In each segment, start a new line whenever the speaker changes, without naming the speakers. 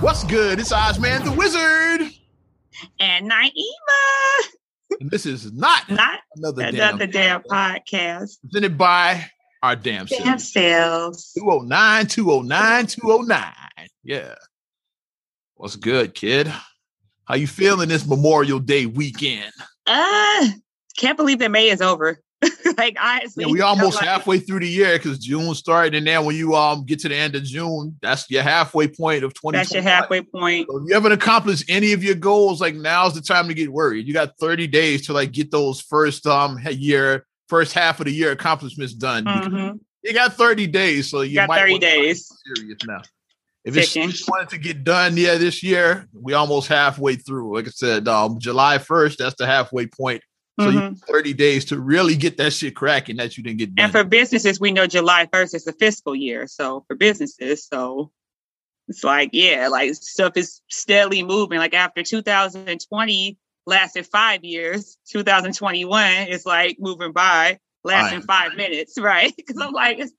What's good? It's Ozman the Wizard.
And Naima.
And this is not
Not
another,
another
damn
damn podcast.
presented by our damn
Damn
self.
selves.
209, 209, 209. Yeah. What's good, kid? How you feeling this Memorial Day weekend?
Uh, can't believe that May is over. like honestly.
Yeah, we almost
I'm like,
halfway through the year because June started, and then when you um get to the end of June, that's your halfway point of twenty.
That's your halfway point.
So if you haven't accomplished any of your goals, like now's the time to get worried. You got 30 days to like get those first um he- year, first half of the year accomplishments done. You-
Mhm.
You got 30 days, so you,
You got
might
30
want to get
days.
serious now. If it's
Ticking.
wanted to get done, yeah, this year, we almost halfway through. Like I said, um, July 1st, that's the halfway point. So you
Mhm.
got 30 days to really get that shit cracking that you didn't get done.
And for businesses, we know July 1st is the fiscal year. So for businesses, so it's like, yeah, like stuff is steadily moving. Like after 2020 lasted five years, 2021 is like moving by, lasting five minutes, right? Because I'm like, it's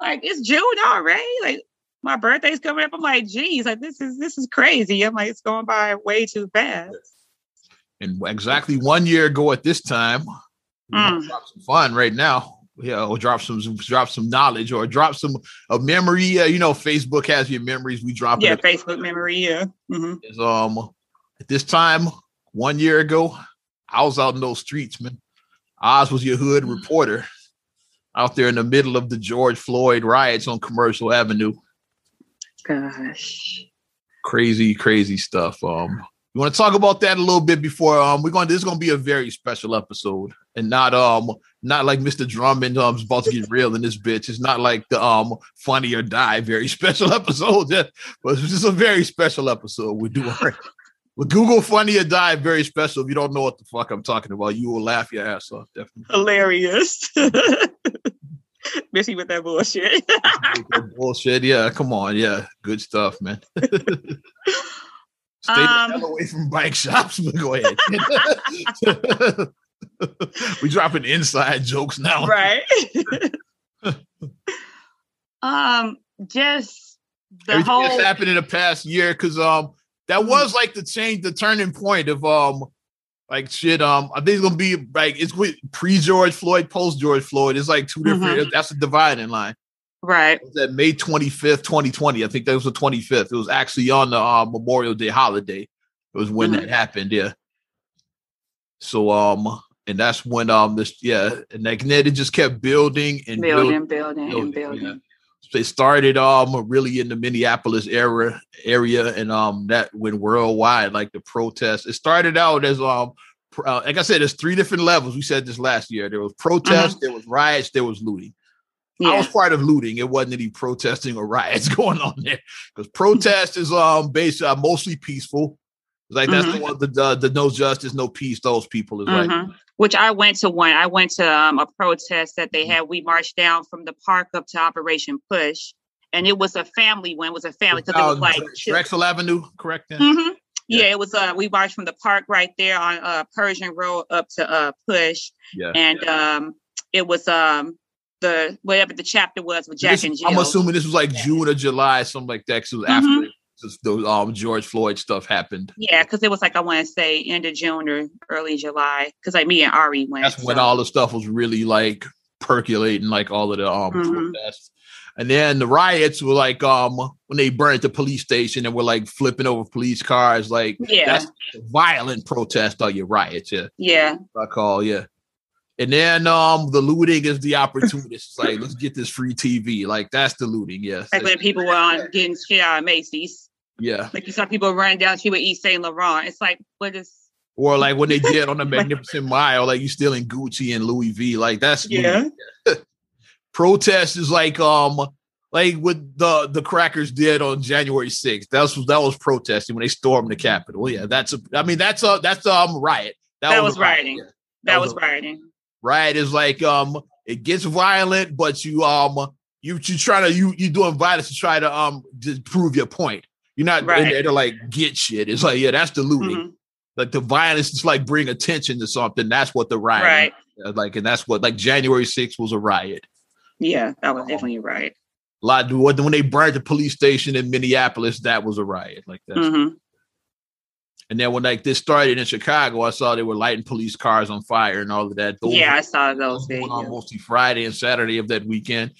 like it's June already. Like my birthday's coming up. I'm like, geez, like this is this is crazy. I'm like, it's going by way too fast.
and exactly one year ago at this time, we might
Mm.
drop some fun right now. Yeah, or drop some drop some knowledge or drop some a memory. Uh, you know, Facebook has your memories. We drop
Yeah,
it.
Facebook memory. Yeah. hmm
It's, Um, at this time one year ago, I was out in those streets, man. Oz was your hood reporter out there in the middle of the George Floyd riots on Commercial Avenue.
Gosh.
crazy, crazy stuff. Um, we want to talk about that a little bit before um we're going. to This is going to be a very special episode, and not um not like Mr. Drummond um is about to get real in this bitch. It's not like the um funny or die very special episode, Yeah, but this is a very special episode. We're doing. Well, Google funny or die very special. If you don't know what the fuck I'm talking about, you will laugh your ass off. Definitely
hilarious. Missy with that bullshit.
bullshit. Yeah, come on. Yeah, good stuff, man. Stay
Um,
the hell away from bike shops, but go ahead. we dropping inside jokes now.
right. um, just the
Everything
whole Mm-hmm.
that's happened in the past year, because um, that was like the change, the turning point of um, like shit. Um, I think it's gonna be like it's with pre George Floyd, post George Floyd. It's like two different.
Mm-hmm.
That's a dividing line.
right.
It was at May twenty fifth, twenty twenty. I think that was the twenty fifth. It was actually on the uh, Memorial Day holiday. It was when
Mhm.
that happened. Yeah. So um, and that's when um this yeah, and like then it just kept building and building.
Building, building, and
building,
building.
So it started um really in the Minneapolis era area and um that went worldwide like the protests. It started out as um pr- uh, like I said, there's three different levels. We said this last year. There was protests, there was riots, there was looting.
Yeah.
I was part of looting. It wasn't any protesting or riots going on there because protest is um based uh, mostly peaceful. It's like
Mm-hmm.
that's the one the, the the no justice, no peace. Those people is like
Mhm. Which I went to one. I went to um, a protest
Mm-hmm.
that they had. We marched down from the park up to Operation Push, and it was a family one. It was a family because it was
down
like
Drex-
chil-
Drexel Avenue, correct? Then?
hmm
Oh, Yeah.
Yeah. it was. Uh, we marched from the park right there on uh, Persian Road up to uh, Push,
Yeah.
and um, it was um, the whatever the chapter was with
So
Jack
this-
and Jill.
I'm assuming this was like June or July, something like that. Cause it was after
Mhm.
this- the um, George Floyd stuff happened.
Yeah, because it was like I want to say end of June or early July. Because like me and Ari went.
That's when
so-
all the stuff was really like percolating, like all of the um
Mhm.
protests. And then the riots were like um when they burned the police station and were like flipping over police cars, like
Yeah,
that's violent protest or your riots, yeah.
yeah,
I call, yeah. And then um the looting is the opportunity. It's like let's get this free TV. Like that's the looting, yes.
like when people were on getting shit out of Macy's.
yeah.
Like you saw people running down. She would eat Saint Laurent. It's like what is?
Or like when they did on the Magnificent Mile, like you still in Gucci and Louis V. Like that's
Yeah,
protest is like um like what the the crackers did on January 6th. That's that was protesting when they stormed the Capitol. Yeah, that's a I mean that's a that's a um, riot.
That was
a riot,
rioting.
yeah.
that
was
was
a-
rioting.
Riot is like um it gets violent, but you um you you try to you you doing violence to try to um just prove your point. You're not in
Right.
there to like get shit. It's like, yeah, that's the looting.
Mhm.
Like the violence is like bring attention to something. That's what the riot
Right.
like and that's what like January 6th was a riot.
Yeah, that was definitely right.
lot when they burned the police station in Minneapolis, that was a riot. Like that.
Mhm.
And then when like this started in Chicago, I saw they were lighting police cars on fire and all of that. Those
Yeah, I saw
were
those
going on
videos.
mostly Friday and Saturday of that weekend.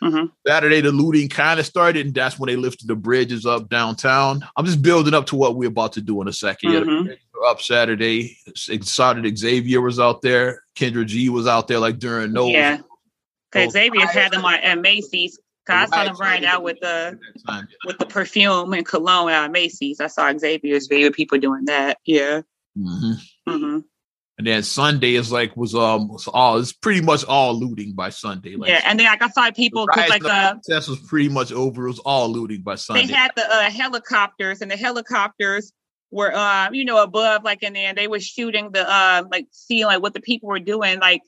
Mhm.
Saturday the looting kind of started, and that's when they lifted the bridges up downtown. I'm just building up to what we're about to do in a 2nd Yeah, the
Mhm.
bridges were up Saturday. Exotic Xavier was out there. Kendra G was out there like during those.
Yeah.
those
Cause Xavier had them on
riots.
at Macy's. Cause I saw them running out with the
Time, yeah.
with the perfume and cologne out at Macy's. I saw Xavier's video people doing that. Yeah.
Mhm.
hmm
And then Sunday is like was um was all it's pretty much all looting by Sunday. Like
Yeah. And then like I saw people 'cause,
Riots
like
and
uh,
Test was pretty much over. It was all looting by Sunday.
they had the uh, helicopters and the helicopters were uh, you know above like and then they were shooting the uh, like seeing like what the people were doing like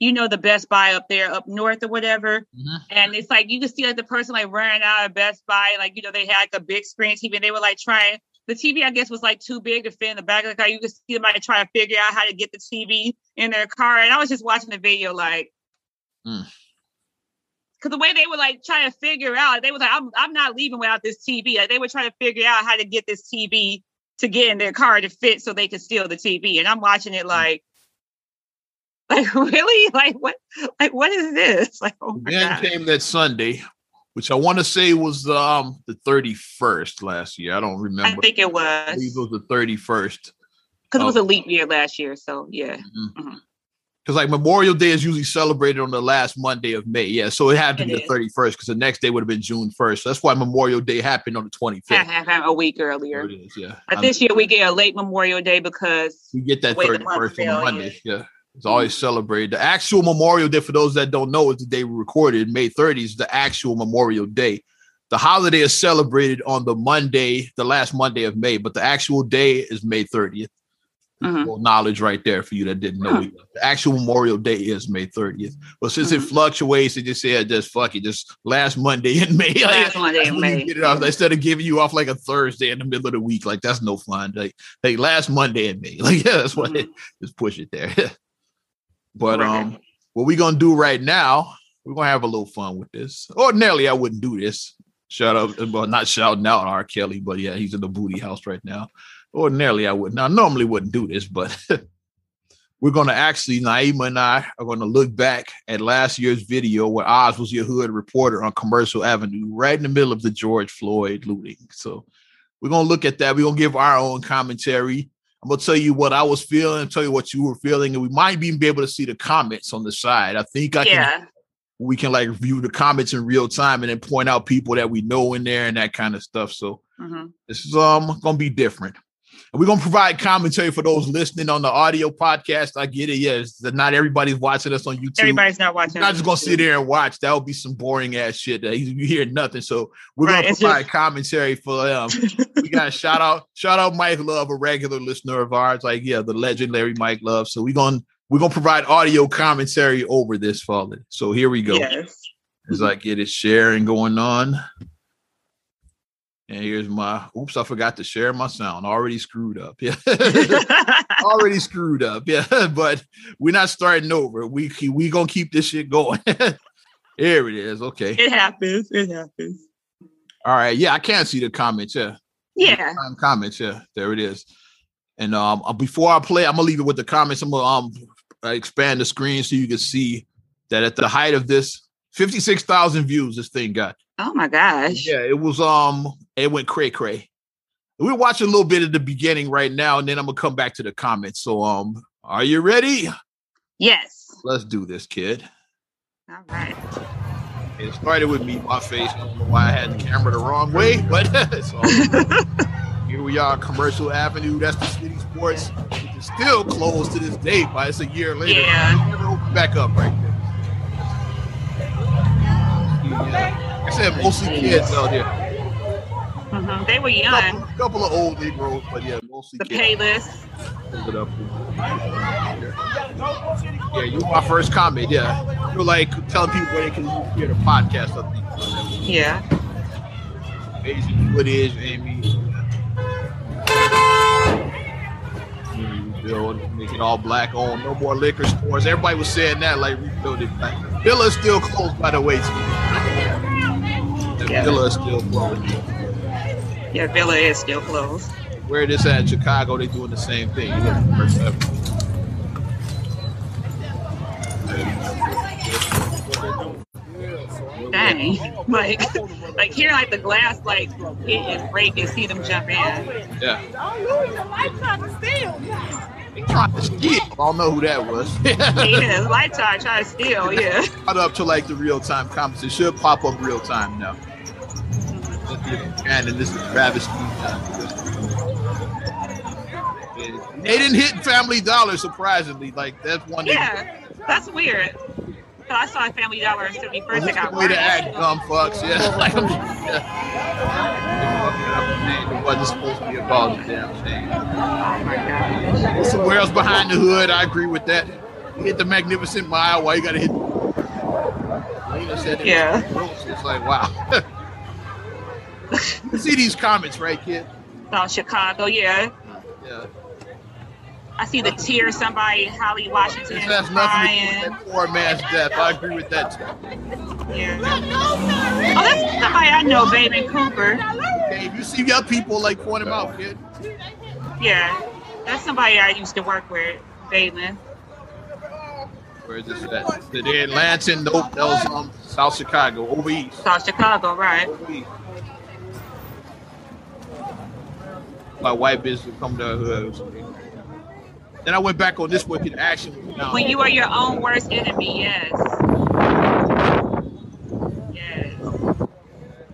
you know the Best Buy up there up north or whatever
Mhm.
and it's like you could see like the person like running out of Best Buy and, like you know they had like a big screen TV and they were like trying the TV I guess was like too big to fit in the back of the car you could see them like trying to figure out how to get the TV in their car and I was just watching the video like
Mm.
Cause the way they were like trying to figure out, they was like, "I'm I'm not leaving without this TV." Like they were trying to figure out how to get this TV to get in their car to fit, so they could steal the TV. And I'm watching it like, like really, like what, like what is this? Like oh my
then
god,
came that Sunday, which I want to say was um the 31st last year. I don't
I
remember.
think it
I
was
believe it was the 31st.
because it was
oh.
a leap year last year. So yeah, Mhm.
Because like Memorial Day is usually celebrated on the last Monday of May. Yeah. So it had to
It
be
is.
the 31st because the next day would have been June 1st. So that's why Memorial Day happened on the 25th.
half, half, half a week
There
earlier.
it is, yeah.
But this year we get a late Memorial Day because
we get that
Wait, the
31st
Mm-hmm. month
on
fell,
a Monday. Yeah. It's always celebrated. The actual Memorial Day, for those that don't know, is the day we recorded, May 30th, is the actual Memorial Day. The holiday is celebrated on the Monday, the last Monday of May, but the actual day is May 30th.
Mhm.
Well, knowledge right there for you that didn't know.
Huh.
either. The actual Memorial Day is May 30th. But since it
Mhm.
fluctuates, they just said just fuck it, just last Monday in May.
Last Monday in
That's when
May.
You get it off. Instead of giving you off like a Thursday in the middle of the week, like that's no fun. Like, like last Monday in May. Like, yeah, that's what
Mhm.
just push it there. but
Right.
um, what we're gonna do right now, we're gonna have a little fun with this. Ordinarily, I wouldn't do this. Shout out, uh, well, not shouting out R. Kelly, but yeah, he's in the booty house right now. Ordinarily, I wouldn't. I normally wouldn't do this, but we're gonna actually, Naima and I are gonna look back at last year's video where Oz was your hood reporter on Commercial Avenue, right in the middle of the George Floyd looting. So we're gonna look at that. We're gonna give our own commentary. I'm gonna tell you what I was feeling, tell you what you were feeling, and we might even be able to see the comments on the side. I think I can
yeah,
we can like view the comments in real time and then point out people that we know in there and that kind of stuff. So
hmm
this is um gonna be different. And we're gonna provide commentary for those listening on the audio podcast. I get it. Yes, that not everybody's watching us on YouTube.
everybody's not watching.
You're not just gonna
see
sit there and watch. That would be some boring ass shit. That you you hear nothing. So we're
Right,
gonna
it's
provide commentary for them.
there.
we got to shout out, shout out Mike Love, a regular listener of ours. Like, yeah, the legendary Mike Love. So we're gonna we're gonna provide audio commentary over this falling. So here we go.
yes.
As I get it sharing going on. And here's my oops, I forgot to share my sound. Already screwed up. Yeah. Already screwed up. Yeah. But we're not starting over. We keep- we gonna keep this shit going. Here it is. Okay.
it happens. It happens.
All right. Yeah, I can't see the comments. Yeah.
Yeah.
time comments. Yeah, there it is. And um, uh, before I play, I'm gonna leave it with the comments. I'm gonna um expand the screen so you can see that at the height of this, 56,000 views this thing got.
Oh my gosh.
Yeah, it was um, it went cray cray. We're watching a little bit at the beginning right now, and then I'm gonna come back to the comments. So um, are you ready?
Yes.
Let's do this, kid.
All right.
It started with me, my face. I don't know why I had the camera the wrong way, but it's all good. here we are, Commercial Avenue. That's the city sports. Which is still closed to this day, but it's a year later.
Yeah.
It Never opened back up right there. Yeah. I said mostly kids out here.
Mhm. They were
Couple,
young.
couple of old Negroes, but yeah, mostly
The
kids.
Payless.
Hold it up. Yeah, you were my first comment. Yeah, you're like telling people where they can hear the podcast. I think.
Yeah.
Asian footage, Amy. Rebuild, Mm, make it all black on. No more liquor stores. Everybody was saying that, like rebuild it black. Bill is still closed, by the way. too. And
Yeah.
Villa is still closed.
Yeah, Villa is still closed.
Where it is at Chicago, they doing the same thing. You know, first ever.
Dang. Like like here like the glass like hit and break and see them jump in.
Yeah.
Yeah.
They trying to steal. I don't know who that was.
Yeah, the lights are trying to steal, yeah.
Not up to like the real time comments. It should pop up real time now. And then this is Travis. Scott. They didn't hit Family Dollar surprisingly. Like that's one. they-
Yeah. That's weird. 'Cause I saw Family Dollar and 71st that
That's
got
the way to
murdered.
act, dumb fucks. Yeah. Like, yeah. It wasn't supposed to be about the damn thing.
Oh my god.
Somewhere else behind the hood, I agree with that. Hit the magnificent mile. Why you gotta hit? Lena said it.
Yeah.
It's like wow. you see these comments, right, kid?
So Chicago, yeah.
Yeah.
I see the tear somebody, Holly Washington,
This has nothing to do
crying.
with that poor man's death. I agree with that. too.
Yeah. Oh, that's somebody I know, Baby Cooper.
Okay, if you see young people like point him out, kid.
Yeah, that's somebody I used to work with, Baylin.
Where is this at? The Atlanta, and nope, that was um, South Chicago, over east.
South Chicago, right?
My white bitch would come to her hood. or something. Then I went back on this wicked action. Now,
When you are your own worst enemy, yes. Yes.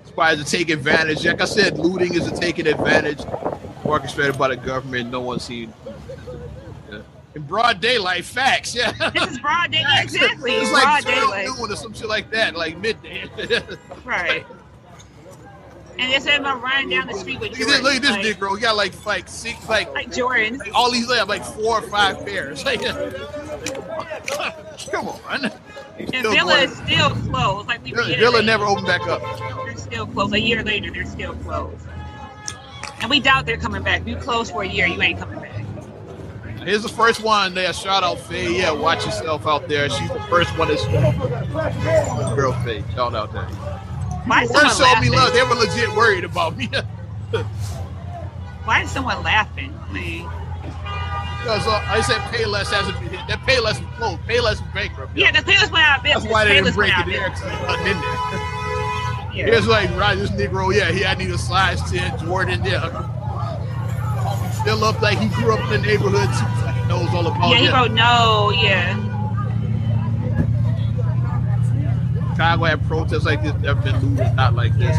spies to take advantage. Like I said, looting is a taking advantage orchestrated by the government. No one's seen. Yeah. In broad daylight, facts. Yeah.
This is broad day, exactly.
It's
broad
like
daylight,
12 noon or some shit like that, like midday.
right? And they said I'm running down the street with
look, at this,
Jordan.
look at this
like,
big girl. You got like like six like
like Jordan.
Like, all these they have like four or five pairs. Like, come on.
And
Still
Villa
going.
is still closed. Like we
Villa, Villa
reiterated.
never opened back up.
They're still closed. A year later, they're still closed. And we doubt they're coming back. You closed for a year, you ain't coming back.
Here's the first one there. Shout out Faye. Yeah, watch yourself out there. She's the first one that's girl Faye. Shout out there.
Why is someone
First showed me
laughing?
love. They were legit worried about me.
Why is someone laughing? I mean,
Because uh, I said Payless hasn't been hit. That Payless was closed. Payless was bankrupt.
yeah, the Payless went out of business.
That's why they didn't
Payless
break
went out
it there
of
'cause it's not in there.
business.
It's like right, this Negro, yeah, he I need a size 10 Jordan, yeah. Still look like he grew up in the neighborhood, so he like knows all
Yeah,
about
yeah he
it.
wrote no. Yeah,
Chicago had protests like this, never been looted, not like this.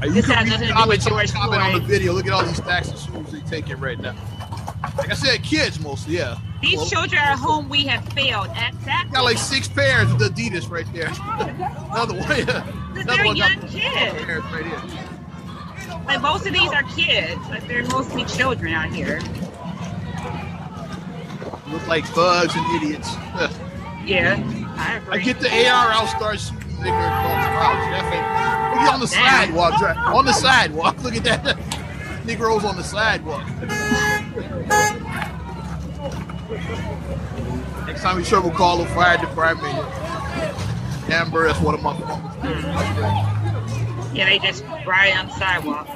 Are you
This
can
has
read
nothing to do
comments,
with
someone
George
comment on the
Floyd.
video. Look at all these stacks of shoes they taking right now. Like I said, kids mostly, yeah.
these
Well,
children are whom we have failed. Exactly.
got like six pairs of the Adidas right there. Another one, yeah.
Because
Another
they're
one got
young kids.
pairs right here.
Like most of these are kids. Like they're mostly children out here.
Look like thugs and idiots.
Yeah, I agree.
I get the AR, I'll start shooting nigger across the couch. That's it. Look at on the
Damn.
sidewalk, dra- on the sidewalk. Look at that. Negroes on the sidewalk. Next time you sure we'll call the fire department. Amber, that's one of my phones.
Yeah, they just ride on the sidewalk.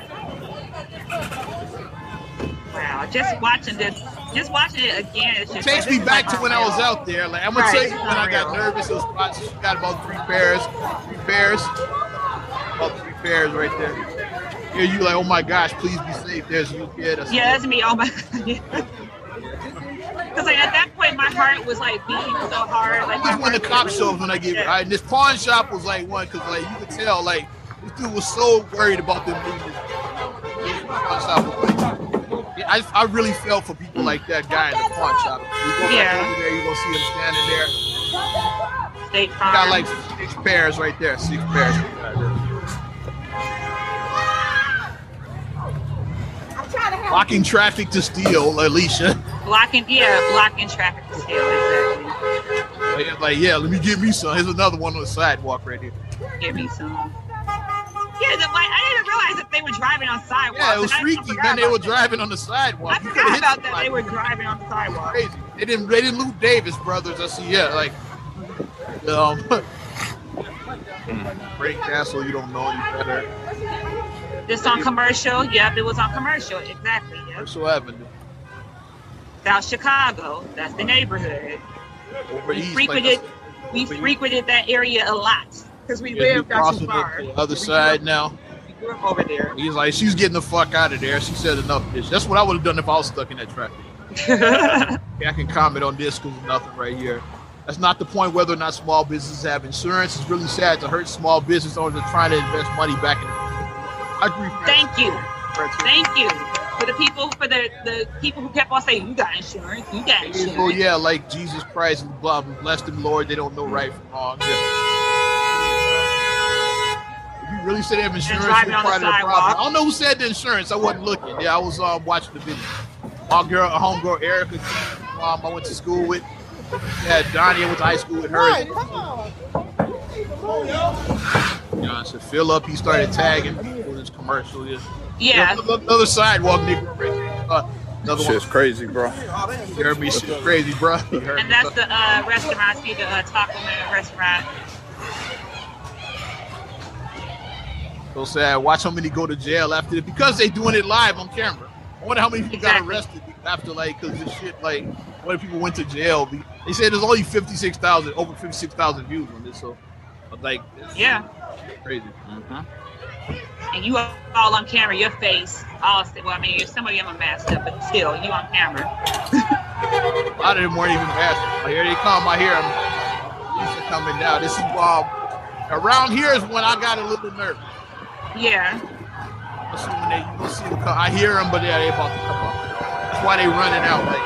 Wow, just watching this, just watching it again. It's
It
just
takes
like,
me
this
back
is
to when I was out there. Like I'm gonna
Right,
tell you
it's
when
not
I got
real.
nervous, it was about she got about three pairs, three pairs, about three pairs right there. Here you like, oh my gosh, please be safe. There's you kid. I said,
Yeah, that's me. Oh my god. Because like at that point, my heart was like beating so hard. Like my
This is when the
heart
cop
was-
shows when I gave it.
Yeah.
Right? And this pawn shop was like one because like you could tell like this dude was so worried about them losing. This pawn shop was like- Yeah, I, I really felt for people like that guy in the pawn shop. You go
Yeah.
back over there, you're gonna see him standing there.
State
He
Farm.
got like six pairs right there, six pairs. Blocking traffic to steal, Alicia.
blocking, yeah, blocking traffic to steal. Exactly.
Like, like, yeah, let me give me some. Here's another one on the sidewalk right here.
Give me some. Yeah, the, like, I didn't realize that they were driving on sidewalks.
Yeah, it was
Like, I- I
freaky,
forgot
man. They
about
were
that.
driving on the sidewalk.
I
You could've
forgot
hit
about that.
somebody.
They were driving on the sidewalk.
crazy. They didn't they didn't loot Davis brothers. I see, yeah, like um Break cancel, you don't know you better.
This on commercial. Yep, it was on commercial. Exactly. Yep.
Commercial Avenue.
South Chicago. That's the neighborhood.
Over
We
east. Like
frequented.
I said, Over
We
east.
frequented that area a lot because we
yeah, we
lived not
crossing
too
the
far.
the other
We grew
side
up-
now.
We grew up over there.
He's like, she's getting the fuck out of there. She said enough of this. That's what I would have done if I was stuck in that traffic. Okay, I can comment on this because nothing right here. That's not the point whether or not small businesses have insurance. It's really sad to hurt small business owners that are trying to invest money back in. I agree. Francis.
Thank you.
Francis.
Thank you for the people for the the people who kept on saying you got insurance. You got insurance.
Oh yeah, like Jesus Christ, blah, bless them, Lord. They don't know right from wrong. Yeah. If you really said they have insurance,
driving
you're
on the
part of the problem.
sidewalk.
I don't know who said the insurance. I wasn't looking. Yeah, I was um, watching the video. Our girl, our homegirl Erica, who, um, I went to school with. Yeah, Donnie I went to high school with her. You know, I said, fill up. He started tagging people in his commercial. Yeah.
Yeah.
Another, another sidewalk, nigga. right there. Uh, another
Shit's
one.
crazy, bro.
You heard me? Shit's crazy, bro. You heard
And
me?
that's the uh, restaurant. See the uh, Taco Man restaurant.
So sad. Watch how many go to jail after because they doing it live on camera. I wonder how many people got
Exactly.
arrested after like because this shit like what if people went to jail? Be- They said there's only fifty six thousand over fifty six thousand views on this, so I'm like it's
Yeah.
crazy.
And you are all on camera. Your face. All well, I mean, some of you are masked up, but still, you on camera.
A lot of them weren't even fast. Like, here they come. I hear them. These are coming down. This is um, around here is when I got a little nervous.
Yeah.
That's when they you see them come. I hear them, but yeah, they about to come up. That's why they running out. Like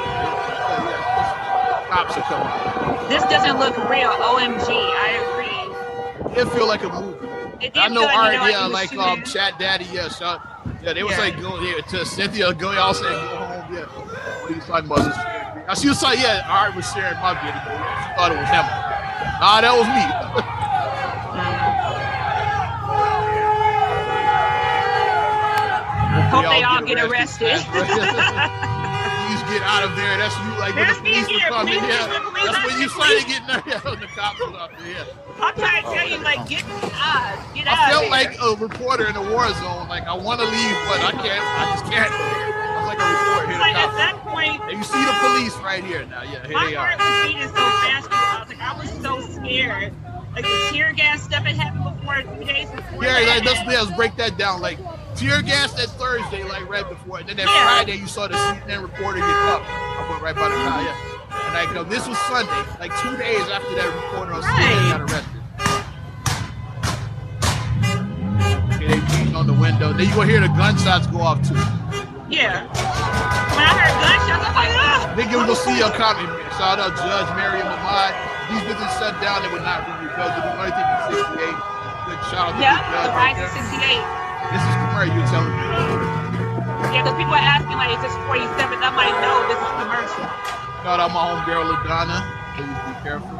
cops are coming.
This doesn't look real. OMG. I
It feel like a movie.
agree. It did
I know
feel
art,
you
yeah,
you was
like um,
shooting.
Chat Daddy, yeah, shout, yeah, they was
Yeah.
like go yeah, to Cynthia, go y'all say go home, yeah. What are you talking about? This- Now, she was like, yeah, art was sharing my video. She thought it was him. Nah, that was me.
Hope they all get
Please get out of there. That's you, like
There's
when the
me
police
here.
were coming.
Please,
Yeah,
the police,
that's
I
when
see
you
the
started
police.
getting there. Yeah, when the cops was out there. Yeah.
I'm trying to tell you, like, get out, get out.
I felt
of
like
here.
a reporter in a war zone. Like I want to leave, but I can't. I just can't. I was like a reporter
It's
here.
like
the
at
cops.
that point,
And you see the police right here now. Yeah, here
my
they are.
heart was beating so fast. because I was like, I was so scared. Like the tear gas stuff had happened before a few days before.
Yeah,
that.
like let's, let's break that down. Like tear gas that Thursday, like right before, and then that
Yeah.
Friday you saw the CNN reporter get up. I went right by the car. Yeah, and like no, this was Sunday, like two days after that reporter on CNN got arrested. Okay, they beating on the window. Then you gonna hear the gunshots go off too.
Yeah. When I heard gunshots, I'm like, ah.
Then you gonna see a comment. man. Shout out Judge Miriam Ahmad. These bitches shut down. They would not be rebelled. They do anything in '68. Good shout out to
Yeah,
the
the
judge right
rise of
there.
68.
This is commercial. You telling me?
Yeah, because people are asking, like, is this 47? I'm like, no, this is commercial.
Shout out my homegirl Ladonna. Please be careful.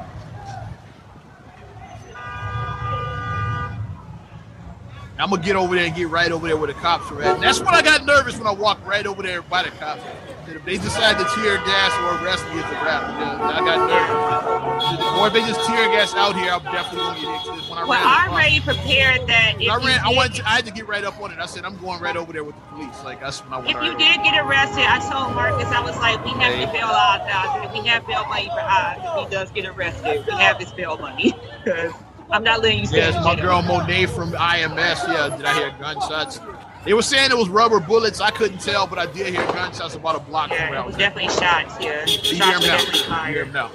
I'm gonna get over there and get right over there where the cops are at. That's when I got nervous when I walked right over there by the cops. That if they decide to tear gas or arrest me, it's a wrap. Yeah, I got nervous. Or if they just tear gas out here, I'm definitely gonna get hit. 'Cause When I
Well,
ran,
I already prepared that if,
I
you,
ran. I
did,
wanted. To, I had to get right up on it. I said I'm going right over there with the police. Like that's when I went.
if
right
you
over
did get arrested, I told Marcus, I was like, we have to bail Oz out. If we have bail money for Oz, if he does get arrested, we have his bail money. Because I'm not letting you stay
Yes,
in
my
jail.
girl Monet from IMS. Yeah, did I hear gunshots? They were saying it was rubber bullets. I couldn't tell, but I did hear gunshots about a block from where
Yeah,
I
it
was.
was
at.
definitely shots here.
You hear
Shots were
'em
definitely
now. You hear 'em
fired.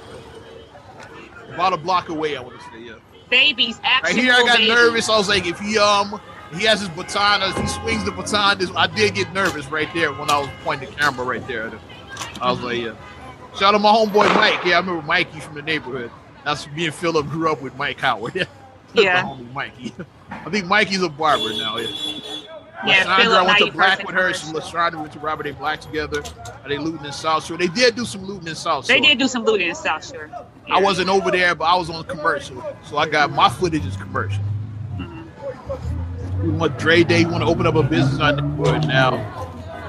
now. About a block away, I want to say. Yeah.
Babies,
Right
action.
here, I got
babies.
nervous. I was like, if he um, he has his baton. If he swings the baton, this I did get nervous right there when I was pointing the camera right there. at him. I was like, yeah. Shout out my homeboy Mike. Yeah, I remember Mikey from the neighborhood. That's me and Philip grew up with Mike Howard. Yeah.
Yeah.
The homie Mikey. I think Mikey's a barber now. Yeah.
Yeah,
Lashondra, I
Philip,
went
now
to
you
Black
person
with her. She Lashondra went to Robert A. Black together. Are they looting in South Shore? They did do some looting in South Shore.
They did do some looting in South Shore.
I wasn't over there, but I was on commercial. So I got my footage is commercial.
Mhm.
We want Dre Day. We want to open up a business on the board now. Mm-hmm.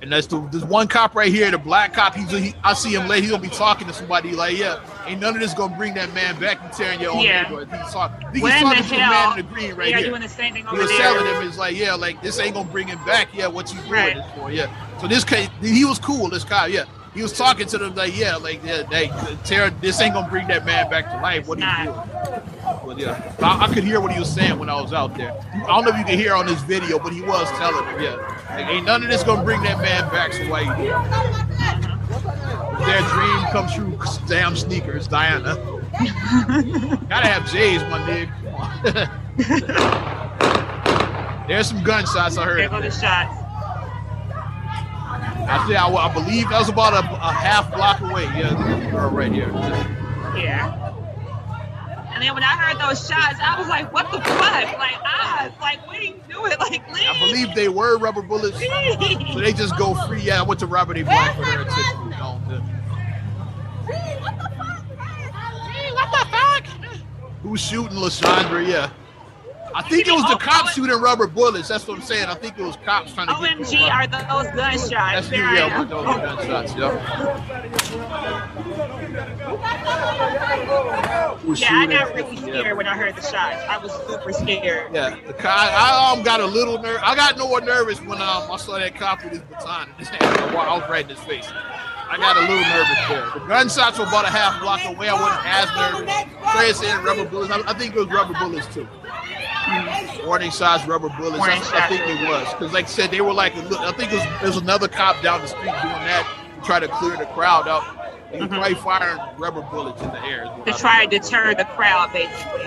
And that's the this one cop right here, the black cop. He's he, I see him late. He's gonna be talking to somebody like, yeah, Ain't none of this gonna bring that man back and tearing your own
Yeah.
neighborhood. He's talking, he's
When
talking
the
to the man
hell-
in the green right
yeah,
here.
doing the same thing
He
over
was
there.
telling him, it's like, yeah, like this ain't gonna bring him back. Yeah, what you doing
Right.
this for? Yeah. So this case, he was cool. This guy, yeah, he was talking to them like, yeah, like, yeah, like, Tara, this ain't gonna bring that man back to life. What are you doing? But yeah, I, I could hear what he was saying when I was out there. I don't know if you can hear on this video, but he was telling him, yeah, like, ain't none of this gonna bring that man back. So why you doing? it? Their dream comes true. Damn sneakers, Diana. Gotta have J's, my nigga. Come on. There's some gunshots I
There
heard.
go the shots.
I think I, I believe that was about a, a half block away. Yeah, this girl right here.
Yeah. And then when I heard those shots, I was like, what the fuck? Like, ah, like, what are you doing? Like, leave.
I believe they were rubber bullets. So
Leave.
they just go free. Yeah, I went to Robert A. Block for their attention. You know, the- Who's shooting Lashandra? Yeah. I think it was the cops shooting rubber bullets. That's what I'm saying. I think it was cops trying to get through
OMG,
rubber-
are those
That's
gunshots?
you,
There I
yeah,
am. Oh,
with those gunshots, yeah. Who's
Yeah, I
shooting?
got really scared when I heard the shots. I was super scared.
Yeah, the cop. I um, got a little nerve. I got no more nervous when um, I saw that cop with his baton in his hand. I wa- I was right in his face. I got a little nervous there. The gunshots were about a half block away. I wasn't as nervous. Trey said rubber bullets. I, I think it was rubber bullets too. Warning shots, rubber bullets. I,
Mm-hmm. Warning
I think
shots.
it was because, like I said, they were like. look, I think it was, there was another cop down the street doing that to try to clear the crowd out. They were
Mhm.
probably firing rubber bullets in the air. is what
To
I
try
think.
to deter the crowd, basically.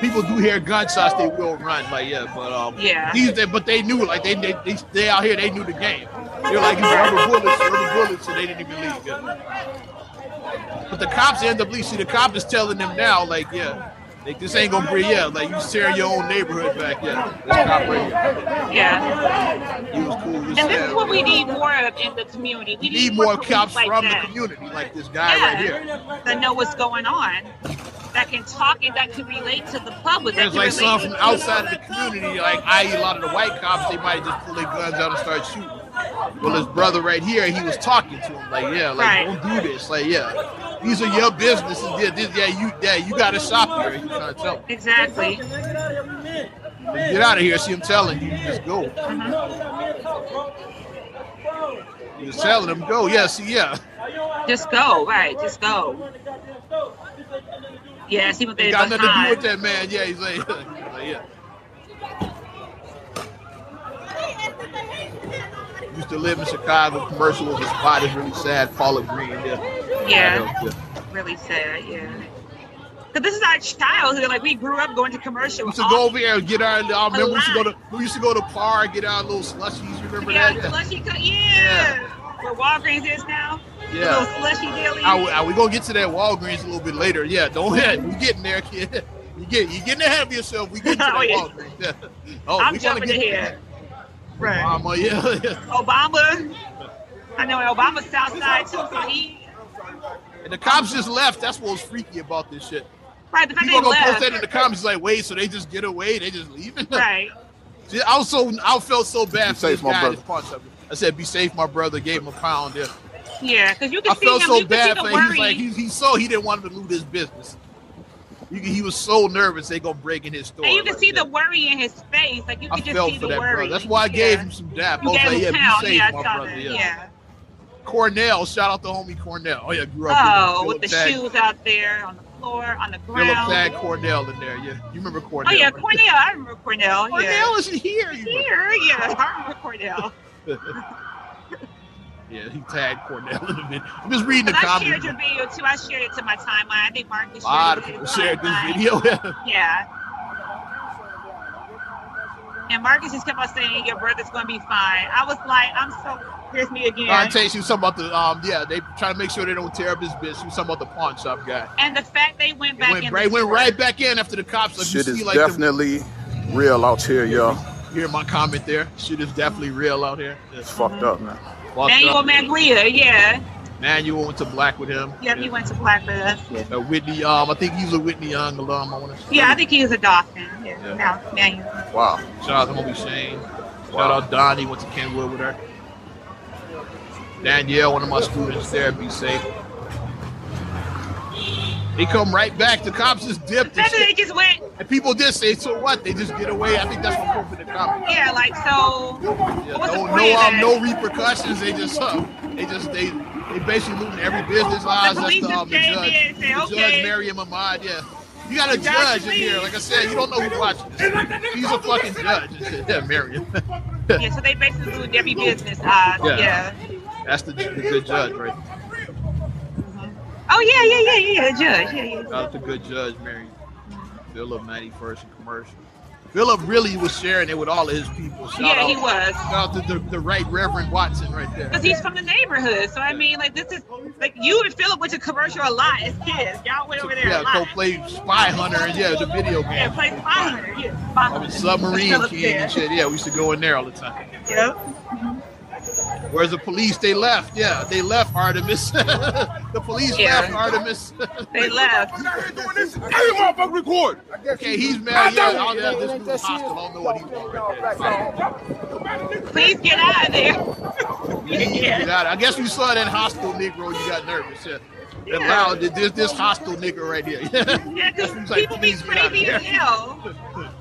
people do hear gunshots, they will run. Like yeah, but um,
Yeah.
these they, but they knew like they they, they they out here, they knew the game. They're like these rubber bullets, rubber bullets, so they didn't even leave. Yeah. But the cops end up leaving. See, the cop is telling them now, like yeah, like this ain't gonna bring yeah, like you tear your own neighborhood back. Yeah, this cop right
Yeah.
here, he was cool. This
And this
guy.
is what we need more of in the community. We
We need more
police
cops
like
from
that.
the community, like this guy
Yeah.
right here.
that know what's going on, that can talk and that can relate to the public.
There's
That can
like
relate
some from outside of the community, like i.e. a lot of the white cops, they might just pull their guns out and start shooting. Well, his brother right here, he was talking to him, like, yeah, like
Right.
don't do this, like, yeah, these are your businesses, yeah, this, yeah, you, yeah, you got to shop here. He's trying to tell him,
Exactly.
get out of here. See him telling you, just go.
Uh-huh.
He was telling him, go. Yeah, see, yeah.
Just go, right? Just go. Yeah, see what
Ain't
they
got nothing to do with
behind.
that man. Yeah, he's like, like, yeah. Used to live in Chicago. Commercial was his spot. It's really sad. Paula Green. Yeah.
Yeah.
I know,
Really sad, yeah. Cause this is our childhood. Like we grew up going to
We
commercial.
used to go over there and get our. I remember we used to go
lot.
to we used to go to par get our little slushies. You remember
yeah,
that? Yeah.
slushy. Co- yeah. Where Walgreens is now. The
Yeah.
Little slushy dealy.
I, I, we gonna get to that Walgreens a little bit later. Yeah, don't hit. We getting there, kid. You get you getting ahead of yourself. We getting to that
Oh, yeah.
Walgreens. Yeah. Oh,
I'm
we gonna
jumping
get
ahead.
there.
Right.
Mama, yeah, yeah.
Obama. I know Obama's South Side too, so he.
And the cops just left. That's what was freaky about this shit.
Right, the fact
People
they
gonna
left.
post that in the comments like, wait, so they just get away? They just leaving?
Right.
See, I was so I felt so bad
Be
for this
safe, my
guy.
brother.
this punch up. I said, be safe, my brother. Gave him a pound. Yeah.
Yeah, because you can
I
see
felt
him.
so
you can see
bad
the
for him.
worry.
He's like, he, he so he didn't want him to lose his business. You can, he was so nervous they gonna break in his store.
and you can
like
see
that.
the worry in his face. Like you can
I
just
felt
see
for
the
that,
worry.
brother. That's why I gave
Yeah.
him some dap. I
You
was
gave
like, yeah,
him pound.
be safe,
yeah, I
my
saw
brother.
that.
Yeah.
Yeah.
Cornell, shout out to homie Cornell. Oh yeah, grew up.
Oh,
Philip
with the
Tag-
shoes out there on the floor, on the
Philip
ground.
Tag Cornell in there. Yeah, you remember Cornell?
oh yeah,
right?
Cornell. I remember Cornell.
Cornell is here.
Yeah.
You remember?
Here, yeah, I remember Cornell.
Yeah, he tagged Cornell in a minute. I'm just reading the
'Cause I shared
comments.
your video too. I shared it to my timeline. I think Marcus
A lot of
shared it to
people
his
shared this
timeline.
video.
Yeah. And Marcus just kept on saying, "Your brother's gonna be fine." I was like, "I'm so." Here's me again.
Dante, she was talking about the um, yeah, they trying to make sure they don't tear up his bitch. She was talking about the pawn shop guy.
And the fact they went back in
went
the
right, went
store.
right back in after the cops. Like,
Shit
you see,
is
like them-
definitely real out here, y'all.
you hear my comment there. Shit is definitely real out here. Yeah,
It's fucked up, man.
fucked
Manuel
up.
Maglia, yeah.
Manuel went to black with him.
Yep, he
yeah.
went to Black with us. Yeah,
Uh, Whitney, um, I think he's a Whitney Young alum. I want to.
I think he was a Dolphin. Yeah,
Yeah.
now Manuel.
Wow.
Shout out to homie Shane. Shout
Wow.
out Donnie. Went to Kenwood with her. Danielle, one of my students there, be safe. They come right back. The cops just dipped. And,
After
shit.
they just went,
and people did say, so what? They just get away. I think that's what happened to the cops.
yeah, like so.
Yeah,
What's the
no,
point
no,
of
um,
that?
no repercussions. They just, uh, they just, they, they basically looting every business. Ah, that's
The police
the, um,
just
the
came in
judge,
and said,
the judge
okay,
Marion Ahmad. Yeah, you got a
Judge,
judge in here.
please.
Like I said, you don't know who's watching. This. He's a fucking judge. and shit. Yeah, Marion.
yeah. So they basically looted every business. Uh,
Yeah.
yeah.
That's the, the good judge, right?
Oh yeah, yeah, yeah, yeah. The judge. Yeah, yeah.
That's the good judge, Marion. Philip ninety first and commercial. Philip really was sharing it with all of his people. Shout
Yeah,
out,
he was.
shout out to the, the right Reverend Watson right there.
Because he's from the neighborhood. So, I mean, like, this is like you and Philip went to commercial a lot as kids. Y'all went over there
yeah,
a
go
lot.
play Spy Hunter. and Yeah, the video game.
Yeah, play Spy Hunter. Yeah, Spy
I mean,
Hunter.
submarine
Philip's
king and
there.
shit. Yeah, we used to go in there all the time.
Yep.
Where's the police? They left. Yeah, they left Artemis. the police
Yeah.
left Artemis.
They left.
Hey, motherfucker, record!
okay, he's mad. Yeah,
know.
all that this dude's hostile. I don't know what he wants right there.
Please get out of there.
Get
yeah.
out. I guess you saw that hostile Negro. You got nervous. Yeah. That
Yeah.
loud, this this hostile nigga right here.
Yeah, because
He's like,
people be
"Please get out of
crazy
here."
as hell.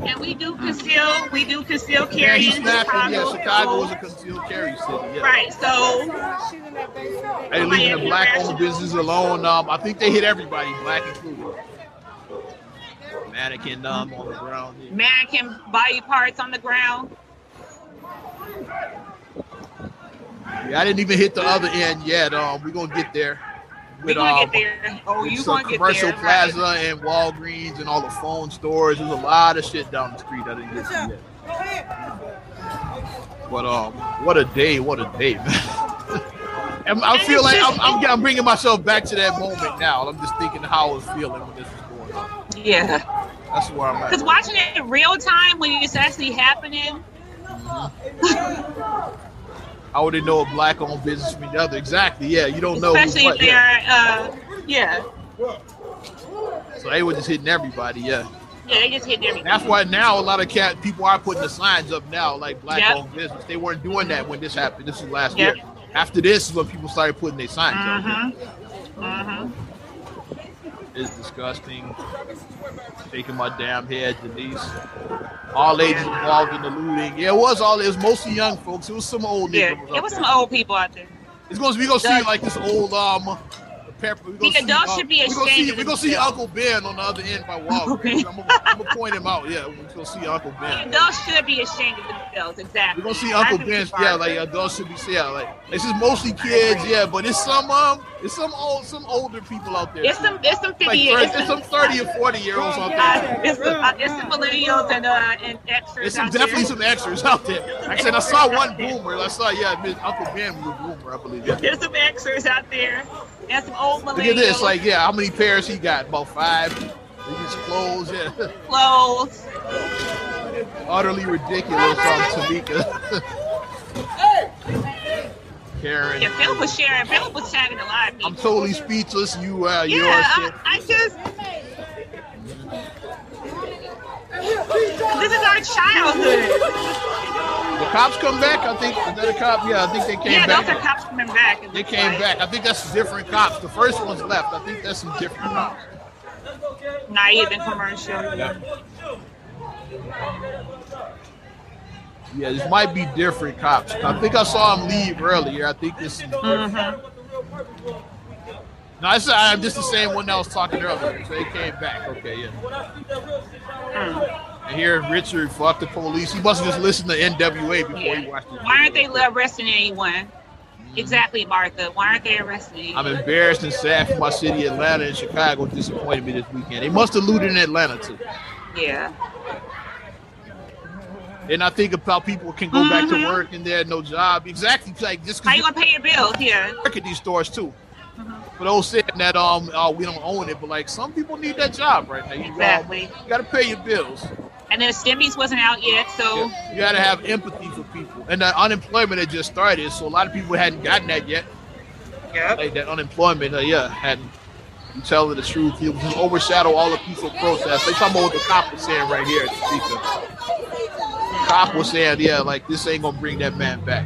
And we do conceal, we do conceal
yeah,
carry
he
in
snapped him. Yeah,
Chicago.
Chicago was a concealed carry city. Yeah.
Right, so
They leaving the
Miami
black owned
Rational.
business alone. Um, I think they hit everybody, black included. Mannequin um, on the ground. yeah.
mannequin body parts on the ground.
Yeah, I didn't even hit the other end yet. Um, we're gonna get there.
We're
With,
gonna
um,
get there. Oh,
with
you
some
gonna get
commercial
there. right.
plaza and Walgreens and all the phone stores. There's a lot of shit down the street I didn't get to yet. But um, what a day! What a day, man. And I
And
feel
it's
like
just-
I'm, I'm, I'm bringing myself back to that moment now. I'm just thinking how I was feeling when this was going on.
Yeah.
That's where I'm at.
Because watching it in real time when it's actually happening,
I wouldn't know a black-owned business from the other. Exactly. Yeah, you don't know.
especially
what,
if
yeah.
they're, uh, yeah,
So they were just hitting everybody. Yeah.
yeah, they just hitting everything.
That's why now a lot of cat people are putting the signs up now, like black
Yep.
owned business. They weren't doing that when this happened. This is last
Yep.
year. After this is when people started putting their signs up.
Mm-hmm. Mm-hmm.
It's disgusting. Shaking my damn head, Denise. All ladies involved in the looting. Yeah, it was all. It was mostly young folks. It was some old
Yeah,
niggas.
it
up
was
there.
some old people out there.
It's gonna we gonna see
Doug-
like this old um. Pepper. We gonna
The
see,
adults
um,
should be
we gonna see,
ashamed of
we gonna see
themselves.
Uncle Ben on the other end by Walgreens.
Okay.
I'm, gonna, I'm gonna point him out. Yeah, we gonna see Uncle Ben.
Adults should be ashamed of themselves. Exactly.
We're gonna see
I
Uncle
think we
Ben.
should
Yeah,
fire
like uh,
them.
adults should be yeah, like this is mostly kids, yeah, but it's some um it's some old some older people out there.
it's some, it's some
like
fifty years.
it's some thirty and forty year olds out there.
Uh, it's, the, uh, it's the millennials and uh, and
There's
extras.
some
out there.
definitely some extras out there. Like I said I saw one boomer. I saw yeah, Miss- Uncle Ben was a boomer, I believe. Yeah.
There's some extras out there, and some old millennials.
Look at this, like yeah, how many pairs he got? About five. He just clothes, yeah.
clothes.
Utterly ridiculous um, Tamika. Karen.
Yeah, Philip was sharing. Philip was tagging a lot of people.
I'm totally speechless. You uh
yeah,
yours. yeah.
I, I just. This is our childhood.
The cops come back. I think is that a cop? Yeah, I think they came
yeah,
back.
those are cops coming back. it
They
looks
came
like.
back. I think that's different cops. The first one's left. I think that's some different cops.
Naive and commercial.
Yeah, this might be different cops. I think I saw him leave earlier. I think this.
Mhm.
No, I said I, this is the same one that was talking earlier. So they came back. Okay, yeah.
Mm.
And here, Richard fucked the police. He must have just listened to NWA before he
Yeah.
watched it.
Why aren't they arresting anyone? Exactly, Martha. Why aren't they arresting anyone?
Mm-hmm. I'm embarrassed and sad for my city, Atlanta and Chicago. Disappointed me this weekend. They must have looted in Atlanta too.
Yeah.
And I think about people can go back to
Mhm.
work and they had no job. Exactly, like just
How you Mm-hmm.
because
gonna pay your bills? Yeah.
work at these stores too. For those saying that um uh, we don't own it, but like some people need that job right now. You, um,
Exactly.
you gotta pay your bills.
And then Stimmies wasn't out yet, so
You gotta have empathy for people. And the unemployment had just started, so a lot of people hadn't gotten that yet.
yeah.
Like that unemployment, uh, yeah, hadn't. You tell her the truth, it was overshadow all the peaceful protests. They talking about what the cop was saying right here at the speaker. The cop was saying, yeah, like this ain't gonna bring that man back.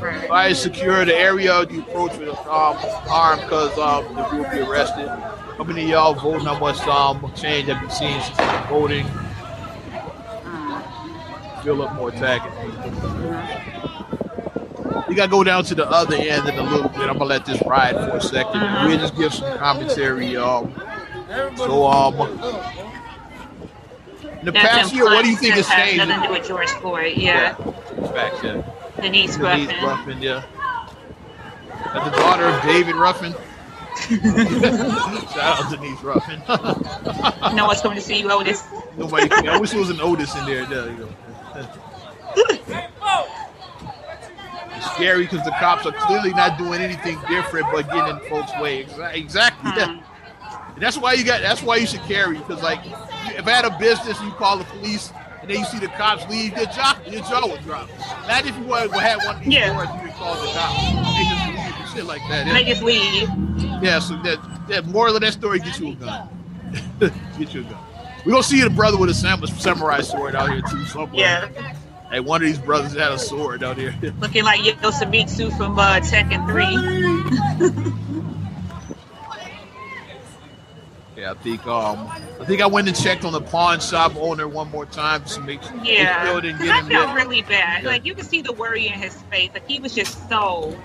Right.
Fire secure the area you approach with um, armed because um, if you will be arrested. How many of y'all voting? How much um, change have you seen since voting? Fill up more tagging. You gotta go down to the other end in a little bit. I'm gonna let this ride for a 2nd
Mhm.
We'll just give some commentary, um. So um in the
That's
past
in
year, what
front.
do you think
That
has
has
changed?
Mm. Nothing to do with George Floyd. Yeah.
Back then.
Denise Ruffin.
Denise Ruffin, yeah. As the daughter of David Ruffin. Shout out Denise Ruffin.
No one's coming to see you, Otis.
Nobody. I wish there was an Otis in there. there you go. It's scary because the cops are clearly not doing anything different, but getting in folks' way. Exa- Exactly.
Hmm.
And that's why you got. That's why you should carry. Because like, if I had a business, you call the police, and then you see the cops leave, your job, your jaw would drop. Not if you had had one of these
Yeah.
doors, you would call the cops. They just leave and shit like that.
They
Yeah,
just leave.
yeah so that that moral of that story, get you a gun. get you a gun. We gonna see the brother with a sam- samurai sword out here too somewhere.
Yeah.
Hey, one of these brothers had a sword out here.
Looking like Yosemitsu from uh, Tekken 3.
Yeah, I think um, I think I went and checked on the pawn shop owner one more time just to make sure
Yeah.
they still didn't
'Cause
get
I
him
felt
yet.
really bad.
Yeah.
Like, you could see the worry in his face. Like, he was just so.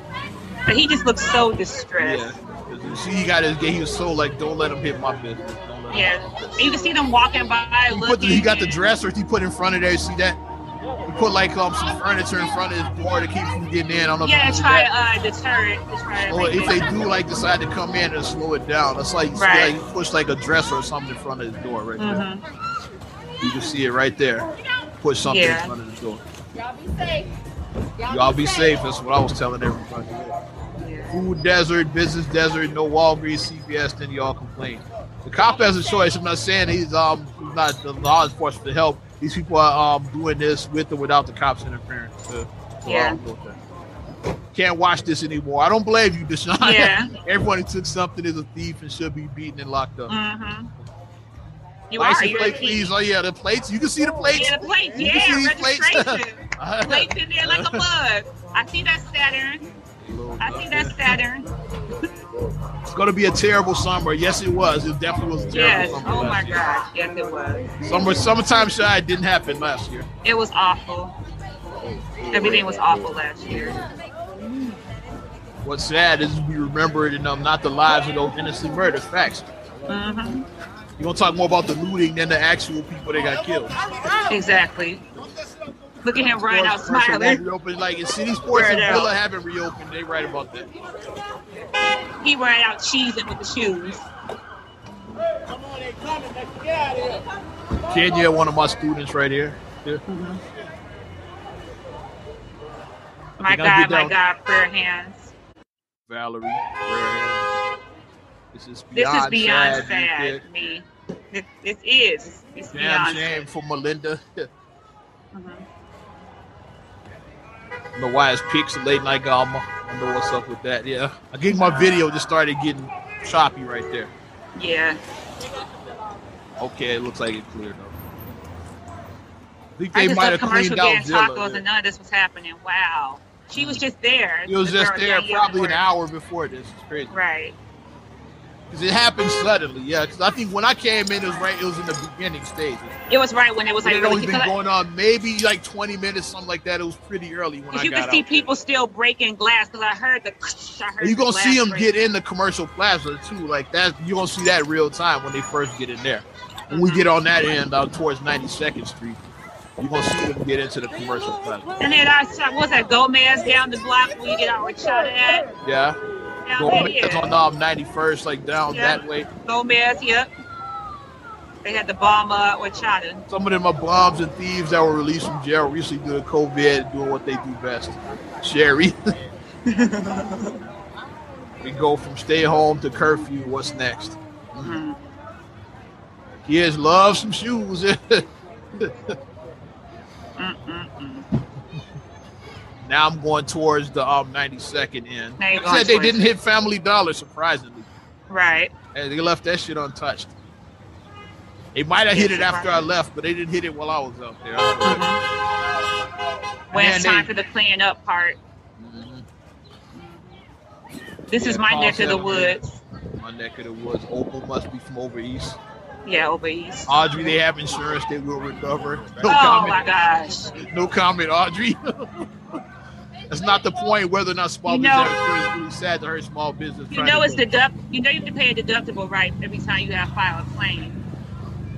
Like, he just looked so
Yeah,
distressed.
'cause you see, he got his game. He was so like, don't let him hit my business. Don't let him-
Yeah. And You could see them walking by.
He, put the,
looking.
he got the dresser he put in front of there. You see that? He put like um some furniture in front of his door to keep him getting in. I don't know. if
Yeah,
you see
try
that.
to uh, deter it. To try to
Or
make
if they
it-
do like decide to come in and slow it down, that's like, you see,
Right.
like, he pushed like a dresser or something in front of his door right there.
Mhm.
You can see it right there. Push something
Yeah.
in front of his door.
Y'all be safe.
Y'all be safe. That's what I was telling everybody.
Yeah.
Food desert, business desert, no Walgreens, CVS, then y'all complain. The cop has a choice. I'm not saying he's um he's not the law enforcement to help. These people are um doing this with or without the cops interference. So, so I
Yeah.
don't know what that- Can't watch this anymore. I don't blame you, Deshaun.
Yeah.
Everyone who took something is a thief and should be beaten and locked up.
Mm-hmm. You are.
License
You're
plate,
a
please.
thief.
Oh yeah, the plates. You can see the plates.
Yeah, the plates.
You can see
Yeah,
these plates?
registration. plates in there like a bug. I see that Saturn. I see that Saturn.
It's gonna be a terrible summer. Yes, it was. It definitely was a terrible
Yes.
summer.
Oh my
last year.
gosh. Yes, it was.
Summer, summertime shy didn't happen last year.
It was awful. Everything was awful last year.
What's sad is we remember it and um, not the lives of those innocently murdered. Facts.
Mm-hmm.
You're gonna talk more about the looting than the actual people that got killed.
Oh. Exactly. Look at him running out
Sports commercial won't
smiling.
reopen. Like in city sports and
Word out.
Villa haven't reopened. They right about that.
He ran out cheesing with the shoes.
Kenya, one of my students right here. Yeah.
My
think I'll get
God, my
down.
God, prayer hands.
Valerie. Rare. This is
This
beyond,
is beyond sad,
sad. you
to me. This, this is. It's
dick. Damn
beyond
shame
sad.
for Melinda.
Mhm.
I don't know why it's pixelating like um, I don't know what's up with that. Yeah, I think my video just started getting choppy right there.
Yeah.
Okay, it looks like it cleared up. I think
I
they
just
might
saw
have
commercial
cleaned out
getting tacos
Zilla.
and none of this was happening. Wow. She was just there.
It was
The
just
girl,
there
young, young
probably an
girl.
hour before this. It's crazy
Right.
because it happened suddenly. Yeah, because I think when I came in, it was right. It was in the beginning stages.
It was right when it was
It
like
had
really-
only been
because I-
going on maybe like 20 minutes, something like that. It was pretty early when I
you
got
could see
out.
people still breaking glass because I heard the. I heard
And you're
the
gonna see
glass
them
break.
get in the commercial plaza too. Like that, you're gonna see that real time when they first get in there. When
Mm-hmm.
we get on that end uh, towards 92nd Street, you're gonna see them get into the commercial plaza.
And then I saw, what was that Gomez down the block where you get out Rashada at?
Yeah,
Down
going
there,
it's
yeah.
on um, 91st, like down
Yeah.
that way.
Gomez, yep. They had the bomb uh, Rashada.
Some of them are bombs and thieves that were released from jail recently due to COVID, doing what they do best. Sherry. we go from stay home to curfew. What's next?
Mhm.
Mm-hmm. Kids love some shoes.
Mm, Mm-mm-mm.
Now I'm going towards the um 92nd end.
Now you're
Like I
going
said they
towards
didn't
it.
hit Family Dollar surprisingly,
Right.
and they left that shit untouched. They might have hit
Yes,
it after I
surprising.
left, but they didn't hit it while I was out there. I don't know.
When Mm-hmm. it's
Man,
time
they-
for the clean up part.
Mhm.
This is
Yeah,
my
Carl
neck of the
Sanders.
woods.
My neck of the woods. Opal must be from over east.
Yeah, over east.
Audrey, they have insurance. They will recover. No
Oh my
comment.
gosh.
No comment, Audrey. That's not the point. Whether or not small
You
business
know-
have insurance really sad to hurt small business.
You
trying
know
to
it's
grow.
deduct. You know you have to pay a deductible right every time you have filed a claim.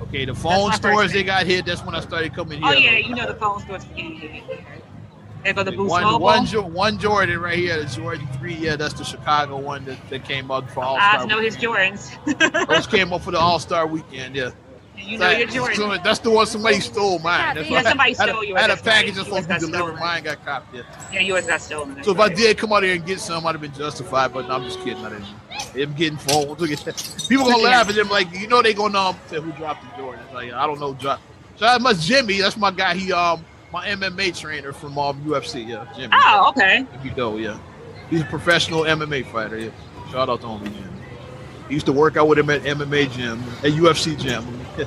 okay. The phone
my first
stores they
thing.
got hit. That's when I started coming here.
Oh yeah, you know the phone stores are getting hit. There go the Boost
one,
Mobile.
one, Jo- one Jordan right here. The Jordan three. Yeah, that's the Chicago one that, that came out for All
I
Star.
know his Jordans.
Those came up for the All Star weekend. Yeah.
you know your Jordans.
So that's the one somebody stole mine. That's
Yeah,
why-
somebody
I had a-
stole yours.
I had a
That's why
package that's
yours
supposed to be
got
delivered.
stolen.
Mine got copped. Yeah.
Yeah, yours got stolen.
So if I did come out here and get some, I'd have been justified. But no, I'm just kidding. I didn't. Them getting phones. Look at that. People gonna laugh at them like you know they gonna um say who dropped the Jordan. It's Like I don't know. Drop. Shout out to Jimmy. That's my guy. He um my MMA trainer from um UFC. Yeah, Jimmy.
Oh, okay.
If you know, yeah. He's a professional MMA fighter. Yeah. Shout out to homie Jim. He used to work out with him at MMA gym, at UFC gym.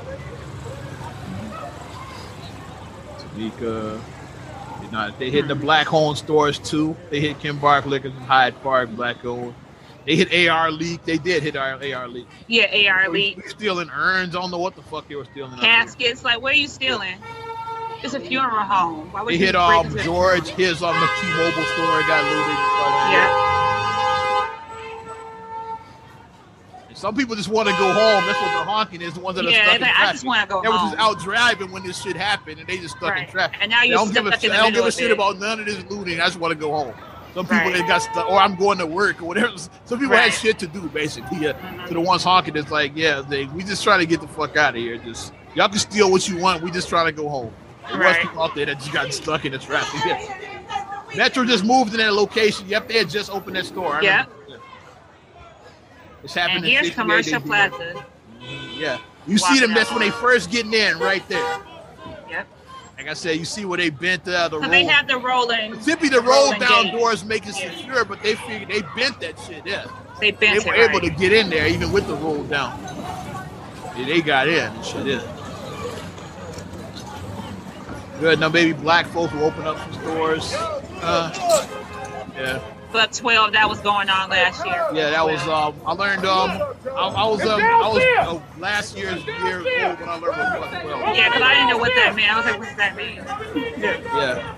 Tamika. You know, they hit the Black Home stores too. They hit Kim Bark Liquors in Hyde Park, Black Owned. They hit AR Leak. They did hit our AR Leak.
Yeah, AR
We
leak.
Oh, stealing urns. I don't know what the fuck they were stealing. out there.
Caskets. Like, where are you stealing? It's a funeral home. Why would
They
you
hit
break
um
into a
George.
funeral
His on the T-Mobile store got looted.
home? Yeah.
And Some people just want to go home. That's what the honking is. The ones that are
Yeah.
stuck in
Like,
traffic.
I just want to go
they were
home.
just out driving when this shit happened, and they just stuck in
Right.
traffic.
And now
They
you're
don't
stuck
give a,
in the
I don't
middle
give a
of
shit
it.
about none of this looting. I just want to go home. Some people
Right.
that got stuck, or I'm going to work, or whatever. Some people had
Right.
shit to do, basically. Yeah. To
Mhm.
the ones honking, it's like, yeah, they, we just trying to get the fuck out of here. Just y'all can steal what you want. We just trying to go home. There was
Right.
people out there that just got stuck in the traffic. Yeah. Metro just moved in that location. Yep, they had just opened that store. I
Yeah.
remember. Yeah. It's
And
happening.
here's Commercial Plaza.
Yeah. You see
Walking
them, that's
out.
when they first getting in right there.
Yep.
Like I said, you see where they bent the, the
So
roll.
they have the rolling.
Tippy the roll
rolling
down
gate.
doors make it
Yeah.
secure, but they figured they bent that shit. Yeah.
They bent
they
it.
were
Right.
able to get in there even with the roll down. Yeah, they got in and shit. Yeah. Good. Now maybe black folks will open up some stores. Uh, yeah.
But 12, that was going on last year.
Yeah, that was. Um, I learned. Um, I, I was. Um, I was uh, last year's year old when I learned what fuck well.
Yeah, because I didn't know what that meant. I was like, what does that mean?
Yeah,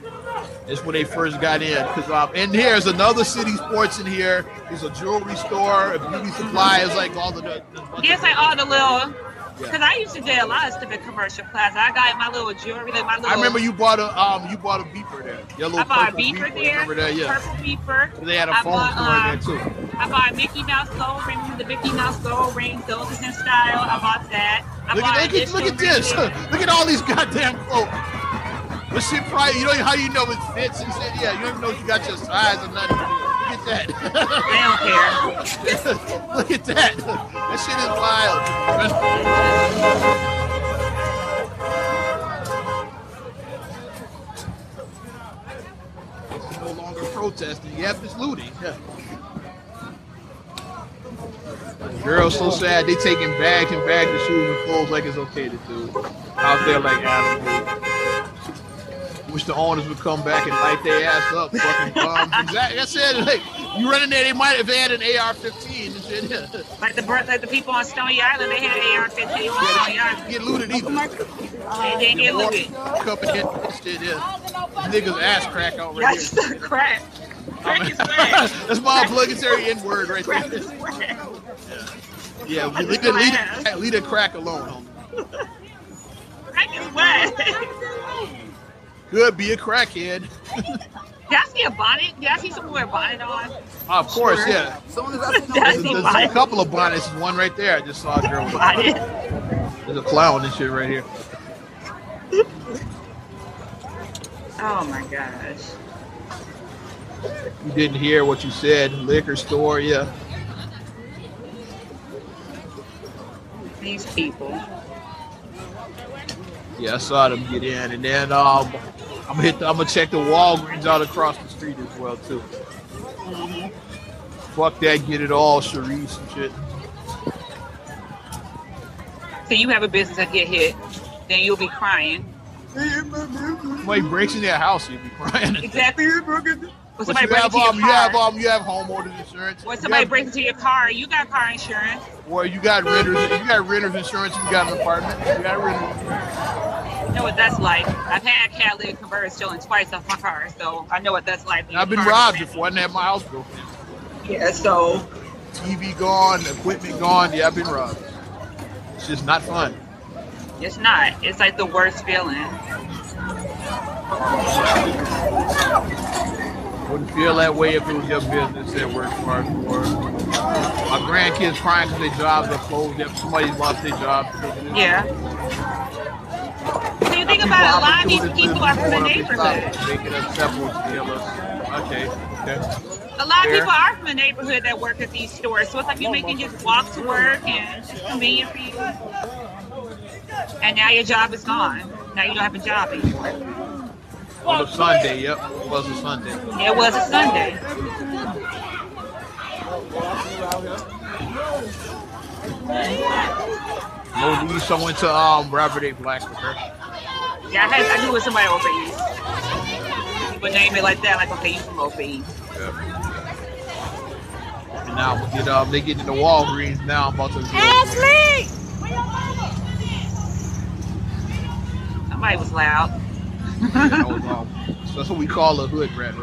it's when they first got in. Cause um, and here's another city sports in here. There's a jewelry store, a beauty supply. It's like all the. the, the
Yeah, it's like all the
Yeah.
little. Because I used to do a lot of stuff at Commercial Plaza. I got my little jewelry, like my little.
I remember you bought a um, you bought a beeper there. Yellow
I bought a
purple
beeper
I
there,
Remember that? Yeah.
purple beeper.
They had a
I
phone
bought, um,
store in there too.
I bought a Mickey Mouse gold ring, the Mickey Mouse gold ring, gold is in style. I bought that. I
Look
bought
at, look, at, look at
additional
this.
rings.
look at all these goddamn clothes. This shit probably, you know how you know it fits and shit? Yeah, you don't even know if you got your size or nothing. Look at that.
They don't care.
look at that. That shit is wild. It's no longer protesting. Yep, it's looting. Yeah. Girls so sad they taking bags and bags of shoes and clothes like it's okay to do. Out there like animals. Wish the owners would come back and light their ass up, fucking bums. Exactly. That's it. Like you running there, they might have had an AR-15 and shit. Yeah.
Like the birth, like the people on Stony Island, they had AR-15 on Stony Island.
Get looted either.
They didn't get looted.
Cup and hit that shit. Yeah. Niggas ass crack out right
That's
here.
the crack. Crack is crack.
That's my obligatory N-word right
Crack
there.
is crack.
Yeah,
I
leave
just
the, leave,
laugh.
the- leave the crack alone, homie.
Crack is whack.
Could be a crackhead.
Did I see a bonnet? Did I see someone wear a bonnet on?
Of course, yeah.
Soon as I see
That's
There's,
the
there's a
bonnet.
couple of bonnets. There's One right there. I just saw a girl. with a bonnet.
Bonnet.
There's a clown and shit right here.
Oh my gosh.
You didn't hear what you said. Liquor store, yeah.
These people.
Yeah, I saw them get in, and then um, I'm gonna hit. The, I'm gonna check the Walgreens out across the street as well too.
Mm-hmm.
Fuck that, get it all, Sharice and shit.
So you have a business that get hit, then you'll be crying.
Somebody breaks in their house, you'd be crying.
Exactly. When
But
somebody
you
breaks
have um,
into your
you have
car,
um, you have homeowners insurance.
when
You
somebody
have-
breaks into your car, you got car insurance.
Well, you got renters. You got renters insurance. if You got an apartment. You got renters.
I know what that's like. I've had cat lid converters stolen twice off my car, so I know what that's like. when
I've been
your car-
robbed before. I didn't have my house broken.
Yeah, so
TV gone, equipment gone. Yeah, I've been robbed. It's just not fun.
it's not. It's like the worst feeling.
Wouldn't feel that way if it was your business that worked hard for. it. My grandkids crying because their jobs are closed. If somebody's lost their job.
Yeah. So you think about it, a lot of these people are from the neighborhood.
Make it acceptable to the others. Okay. okay.
A lot of
Fair.
people are from the neighborhood that work at these stores, so it's like you making just walk to work and it's convenient for you. And now your job is gone. Now you don't have a job anymore.
On a Sunday, yep. It was a Sunday.
It was a Sunday.
No need someone to um Robert A. Black with her.
Yeah, I, had, I knew it was somebody over East. But name it like that, like okay, you from over East.
And now we get um they get into Walgreens now. I'm about to
Ashley! Where your mama?
Somebody was loud.
That was, um, so that's what we call a hood rat.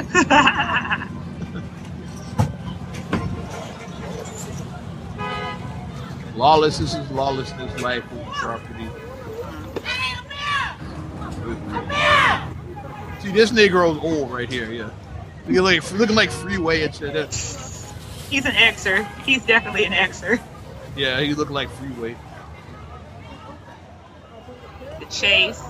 right? Lawlessness is lawlessness, life is property. See, this Negro's old right here, yeah. Looking like, looking like freeway and shit. That-
He's an Xer. He's definitely an Xer.
Yeah, he looked like freeway.
The Chase.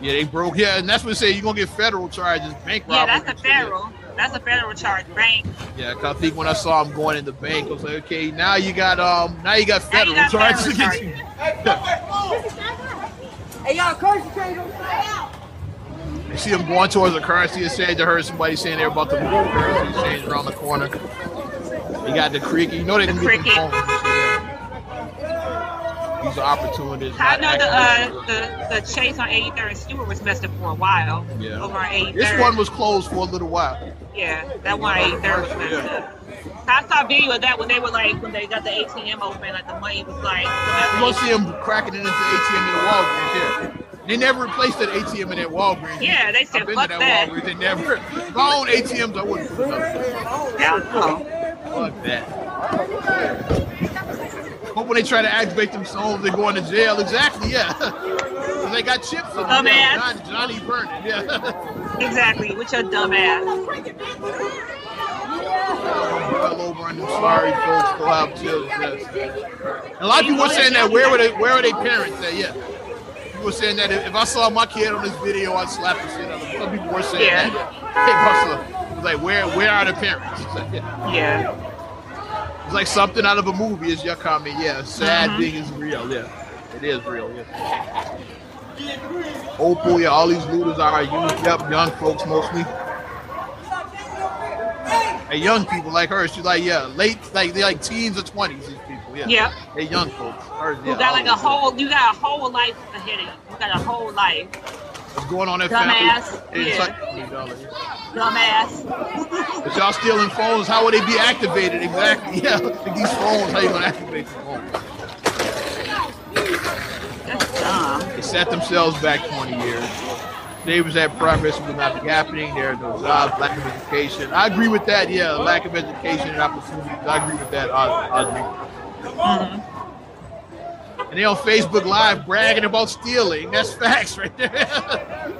Yeah, they broke. Yeah, and that's what they say. You're going to get federal charges, bank
Yeah,
robbery.
that's a
and shit.
federal. That's a federal charge. Bank.
Yeah, 'cause I think when I saw him going in the bank, I was like, okay, now you got um, now you got
Now you
federal
got
charges
federal
against
charges.
you.
Hey, y'all, concentrate on that.
You see him going towards the currency exchange. I heard somebody saying they're about to move the currency exchange around the corner. You got the cricket. You know they
The
can get the
cricket.
phones. Yeah. These are opportunities.
I
not
know the
accidents.
uh the, the Chase on 83rd and Stewart was messed up for a while.
Yeah.
Over on 83rd.
this one was closed for a little while.
Yeah, that one on 83rd was messed up. I saw a video of that when they were like when they got the ATM open, like the money was like.
You gonna see them cracking it into the ATM in the Walgreens. Yeah. They never replaced that ATM in that Walgreens.
Yeah, they said
I've been
fuck
to that,
that.
Walgreens. They never. My own ATMs, I wouldn't put up.
Hell
"Oh."
no.
Fuck that. But when they try to activate themselves, they're going to jail. Exactly, yeah. 'Cause they got chips on them.
Dumbass.
John, Johnny Vernon, yeah.
Exactly. With your dumb ass.
Well over on them sorry folks go out jail. Yes. A lot of people were saying that. Where were they? Where were they parents? That yeah. People were saying that if if I saw my kid on this video, I'd slap the shit out of him. Some people were saying
Yeah.
that. Hey, Russell, it was like where where are the parents? It's like, yeah.
Yeah.
It's like something out of a movie is your comment. Yeah, sad
Mhm.
thing is real. Yeah, it is real. Yeah. Opal, yeah, all these looters are used up young folks mostly. And young people like her, she's like, yeah, late, like they like teens or twenties. These people, yeah,
Yep.
they young folks. Hers,
You
yeah,
got like a
all
whole, you got a whole life ahead of you. You got a whole life,
these- What's going on in
Dumbass.
family? It's
Yeah.
like- $20, yeah.
dumbass.
If y'all stealing phones, how would they be activated? Exactly. Yeah, like these phones, how you gonna activate the phone?
That's dumb.
They set themselves back 20 years. They was that progress would not be happening. There are no jobs, lack of education. I agree with that. Yeah, lack of education and opportunities. I agree with that. I, I agree. And they on Facebook Live bragging about stealing. That's facts right there.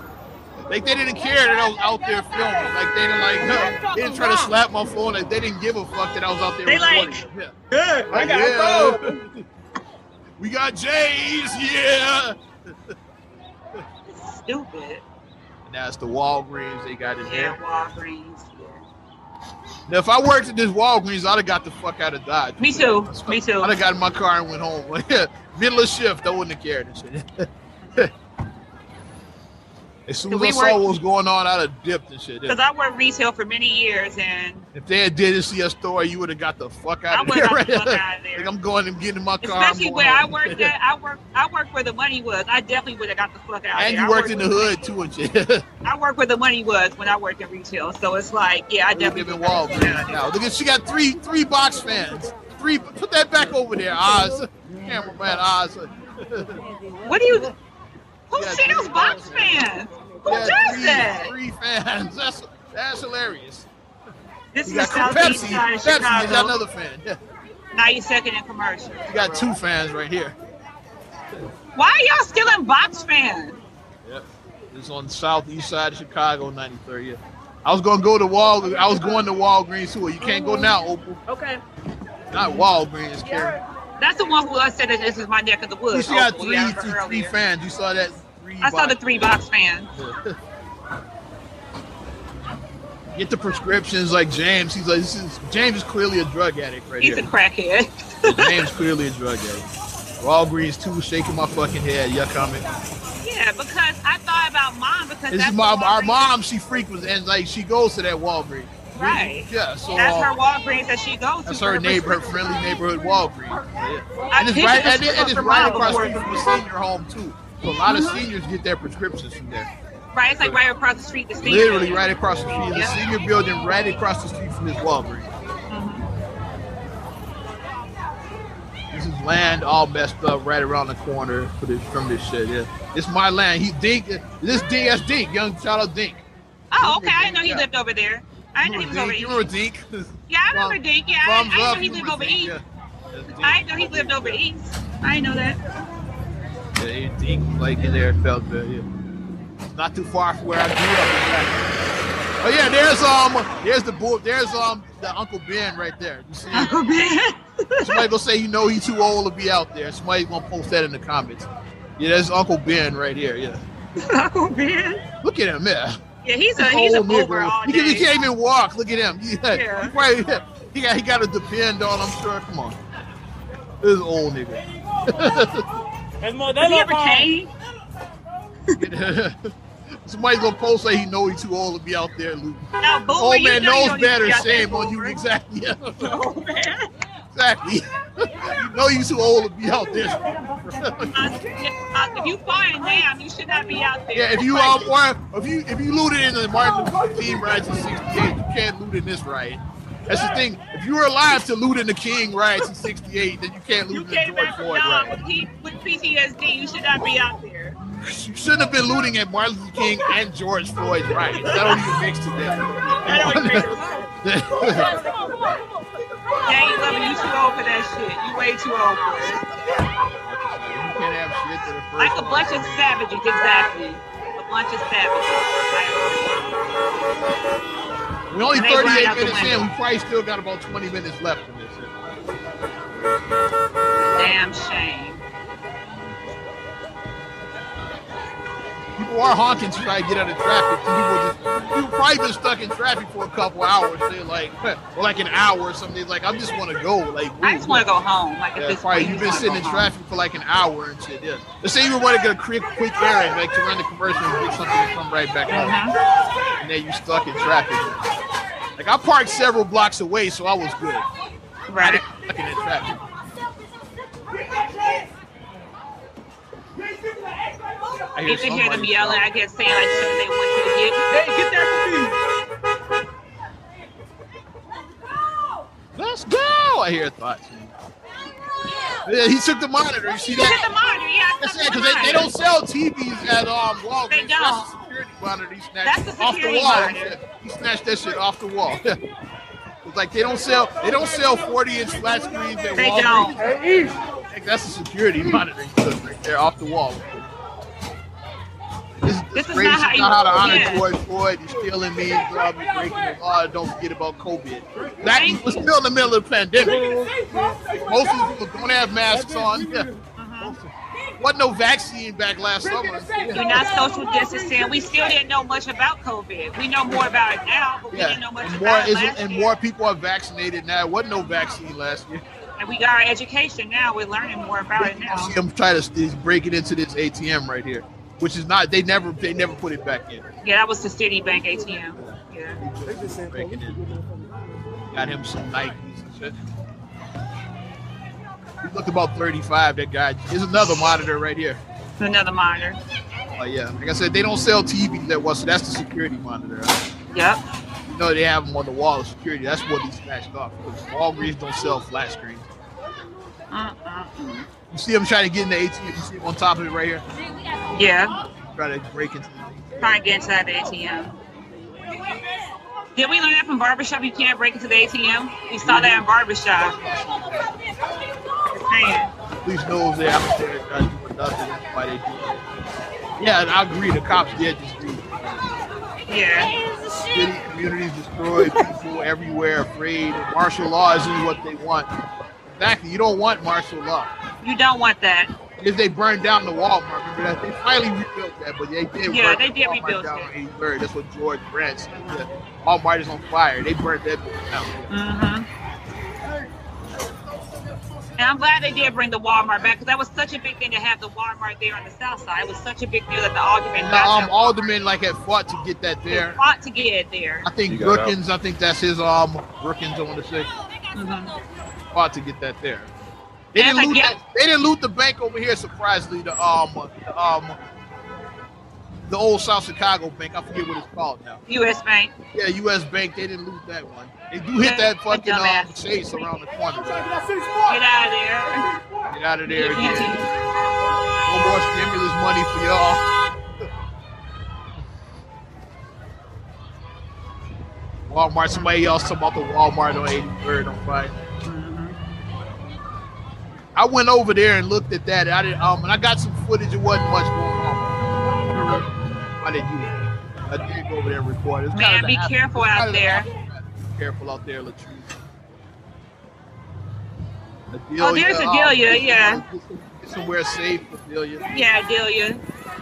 like they didn't care that I was out there filming. Like they didn't like. huh, they didn't try to slap my phone. Like they didn't give a fuck that I was out there.
They
recording.
like-
Yeah.
Good.
Like, yeah. we got Jays, yeah.
Stupid.
And that's the Walgreens they got in
Yeah,
there.
Walgreens.
Now, if I worked at this Walgreens, I'd have got the fuck out of Dodge.
Me too. Me too.
I'd have got in my car and went home. Middle of shift, I wouldn't have cared and shit. As soon as
We
I saw
weren't-
what was going on, I'd have dipped and shit.
Because I worked retail for many years and
If they had did see a story, you would have got the fuck
I
out of
would
there.
have got
Right?
the fuck out of there.
like I'm going and getting in my car. I'm
Especially
going
where I
home.
worked at, I worked, I worked where the money was. I definitely would have got the fuck out.
And
there.
you
I
worked in the
where-
hood too and shit.
I worked where the money was when I worked in retail. So it's like, yeah, I
We live
definitely.
in
would've got the
Walgreens
fuck out of there.
now. Look at she got three three box fans. Three put that back over there, Oz. Cameraman Oz.
What do you? Who
Yeah,
sells
three
box
thousand.
fans? Who
Yeah,
does
three,
that?
Three fans. That's that's hilarious.
This
You
is
got
the southeast
Pepsi.
side of
Pepsi is
Chicago.
another fan. Yeah.
Now you're second in commercial.
You got two fans right here.
Why are y'all still in box fans?
Yep. It's on the southeast side of Chicago, 93rd. Yeah. I was gonna go to Wal. I was going to Walgreens too. You can't go now, Opal.
Okay.
Not Walgreens, Karen.
That's the one who I said that this is my neck of the
You
woods. Oh,
see, I got
Opal,
three,
yeah,
three,
earlier.
three fans. You saw that? Three
I saw
box.
the three box fans.
Get the prescriptions like James. He's like, this is James is clearly a drug addict right
He's a
here.
crackhead.
James clearly a drug addict. Walgreens too, shaking my fucking head. Yuck comment.
Yeah, because I thought about mom because
This
that's
is my
the
our
Walgreens-
mom. She frequents and like she goes to that Walgreens.
Right.
Yeah. So
That's
um,
her Walgreens that she goes to.
That's
for
her
her
neighbor, her
prescription.
friendly neighborhood Walgreens.
I
And it's
picture
right,
this
and it- and it's
for
right
mom
across the street
before-
from the senior home too. So a lot of
Mm-hmm.
seniors get their prescriptions from there.
Right, it's like right across the street. The senior
Literally
building.
right across the street. The senior building right across the street from this Walgreens.
Uh-huh.
This is land all messed up right around the corner for this, from this shit. Yeah, it's my land. He Dink. This DS Dink, young child of Dink.
Oh, okay. I didn't know he
Yeah.
lived over there. I didn't know he was over
Dink? You
there.
remember Dink?
Yeah, I remember
From-
Dink. Yeah,
Thumbs
I, I
up,
didn't know he
you
lived
remember
over
Dink,
east.
yeah. That's Dink.
I didn't know he lived over E. east. I didn't know that.
Yeah, deep like in there felt good. Yeah. Not too far from where I grew up. in fact. Oh yeah, there's um, there's the boy, there's um, the Uncle Ben right there. You see, him?
Uncle Ben.
somebody gonna say you know he's too old to be out there. Somebody's gonna post that in the comments. Yeah, there's Uncle Ben right here. Yeah,
Uncle Ben.
look at him. Yeah,
Yeah, he's a he's a
Old nigga.
mover all
He, can, he
day.
can't even walk. Look at him. Yeah,
Yeah.
He probably- yeah. he got he got to depend on. I'm sure. Come on, this is old nigga.
That's my, that's
Does he
my
ever
mom.
change?
Somebody's gonna post that he know he's too old to be out there, Luke.
Now, Boomer,
Old
Oh, you
man
know you
knows
don't
better.
need to be out there,
Shame on you.
Boomer.
Exactly. Yeah, exactly.
Old man.
you know you too old to be out there.
Uh, yeah, uh, if you find lamb, you should not be out there.
Yeah, if you um or if you if you looted in the Martin Luther King riots in '68, you can't loot in this riot. That's the thing. If you were alive to loot in the King riots in '68, then you can't
you
loot in the
came
George
back from
Floyd
Nam
riot.
with, P- with PTSD, you should not be out there.
You shouldn't have been looting at Martin Luther King and George Floyd riots. That don't even mix
I don't even
together.
Yeah,
Come on.
you love you too old for that shit. You way too old for it.
You can't have shit to the first
Like a
one.
bunch of savages, exactly. A bunch of savages.
We're only
They run
38
out the
minutes in.
window.
We probably still got about 20 minutes left in this.
Like, damn shame.
People are honking to try to get out of traffic. People just, you've probably been stuck in traffic for a couple hours. They're like, or like an hour or something. They're like, I just want to go. Like,
I just want to go home. Like at
Yeah,
this
probably
point,
you've
you
been
wanna
sitting
go
in
home.
traffic for like an hour and shit. Yeah. Let's say you want to get a quick, quick errand, like to run the commercial and get something and come right back home.
Uh-huh.
And then you stuck in traffic. Like I parked several blocks away, so I was good.
Right.
Stuck in that traffic. I
You can hear them
somebody
yelling. I guess saying like something they want you to get. Hey, get that
Let's go! I hear thoughts. Yeah, he took the monitor. You see
for me. Hit
that?
the monitor. Yeah, I
That's
saw
it,
the
because they, they don't
monitor.
sell TVs at um Walgreens.
They don't.
That's the security monitor. He snatched
That's the
off the
security
wall.
monitor.
He snatched that shit off the wall. it's like they don't sell they don't sell 40 inch flat screens at
They
Walgreens.
don't.
Like, that's the security monitoring system right there off the wall. This, this
This is
is not
not how
how,
you-
to honor
yeah.
George Floyd. You're stealing me, you're breaking the law. Don't forget about COVID. That
Thank
was
you.
still in the middle of the pandemic. Most of these people don't have masks on. Yeah.
Uh-huh.
Uh-huh. Wasn't no vaccine back last summer.
You're
Yeah.
not social distancing. We still didn't know much about COVID. We know more about it now, but we
Yeah.
didn't know much
And, more,
about it
is,
last
and
year.
more people are vaccinated now. There wasn't no vaccine last year.
And we got our education now. We're learning more about it
I
now.
see him try to he's breaking into this ATM right here. which is not they never they never put it back in.
Yeah, that was the Citibank ATM. Yeah.
Back in it. Got him some Nikes and shit. He looked about 35. That guy. Here's another monitor right here.
Another monitor.
Oh yeah, like I said, they don't sell TVs that well, so that's the security monitor.
Yep.
You know they have them on the wall of security. That's what he smashed off. Because Walgreens don't sell flat screens.
Uh-uh.
You see him trying to get in the ATM. You see him on top of it right here,
Yeah.
trying to break into. The
Trying to get inside the ATM. Did we learn that from barbershop? You can't break into the ATM. We saw that in barbershop. Man,
Police knows they're out there trying to do nothing. That's why they do it. Yeah, and I agree. The cops did just do.
yeah.
City communities destroyed, people everywhere afraid. Martial law isn't what they want. Exactly. You don't want martial law.
You don't want that.
Because they burned down the Walmart. Remember that? They finally rebuilt that, but they did.
Yeah,
burn
they did
Walmart
rebuild
down
it.
on 83rd. That's what George Brent said. The Walmart is on fire. They burned that bitch down.
Mm-hmm. And I'm glad they did bring the Walmart back because that was such a big thing to have the Walmart there on the south side. It was such a big deal that the alderman
And the
got
um,
that
alderman like had fought to get that
Walmart.
there.
fought to get it there.
I think
He got out.
Brookins. I think that's his um Brookins. I want to say
Mhm.
fought to get that there. They
And
didn't,
I
loot
guess-
that, they didn't loot the bank over here. Surprisingly, the um the, um the old South Chicago bank. I forget what it's called now.
U.S. Bank.
Yeah, U.S. Bank. They didn't loot that one. They do hit that fucking um, chase around the corner.
Get out of there.
Get out of there
Get
again.
empty.
No more stimulus money for y'all. Walmart, somebody else talking about the Walmart on 83rd on Friday. I went over there and looked at that. I did, um, and I got some footage. It wasn't much going on. I didn't do it. I did go over there and record. It's
Man,
kinda
be
the-
careful
it's
out
kinda the-
there.
Be careful out there, Latrice.
Oh, there's Adelia, yeah.
um, Get somewhere safe, Adelia.
Yeah, Delia,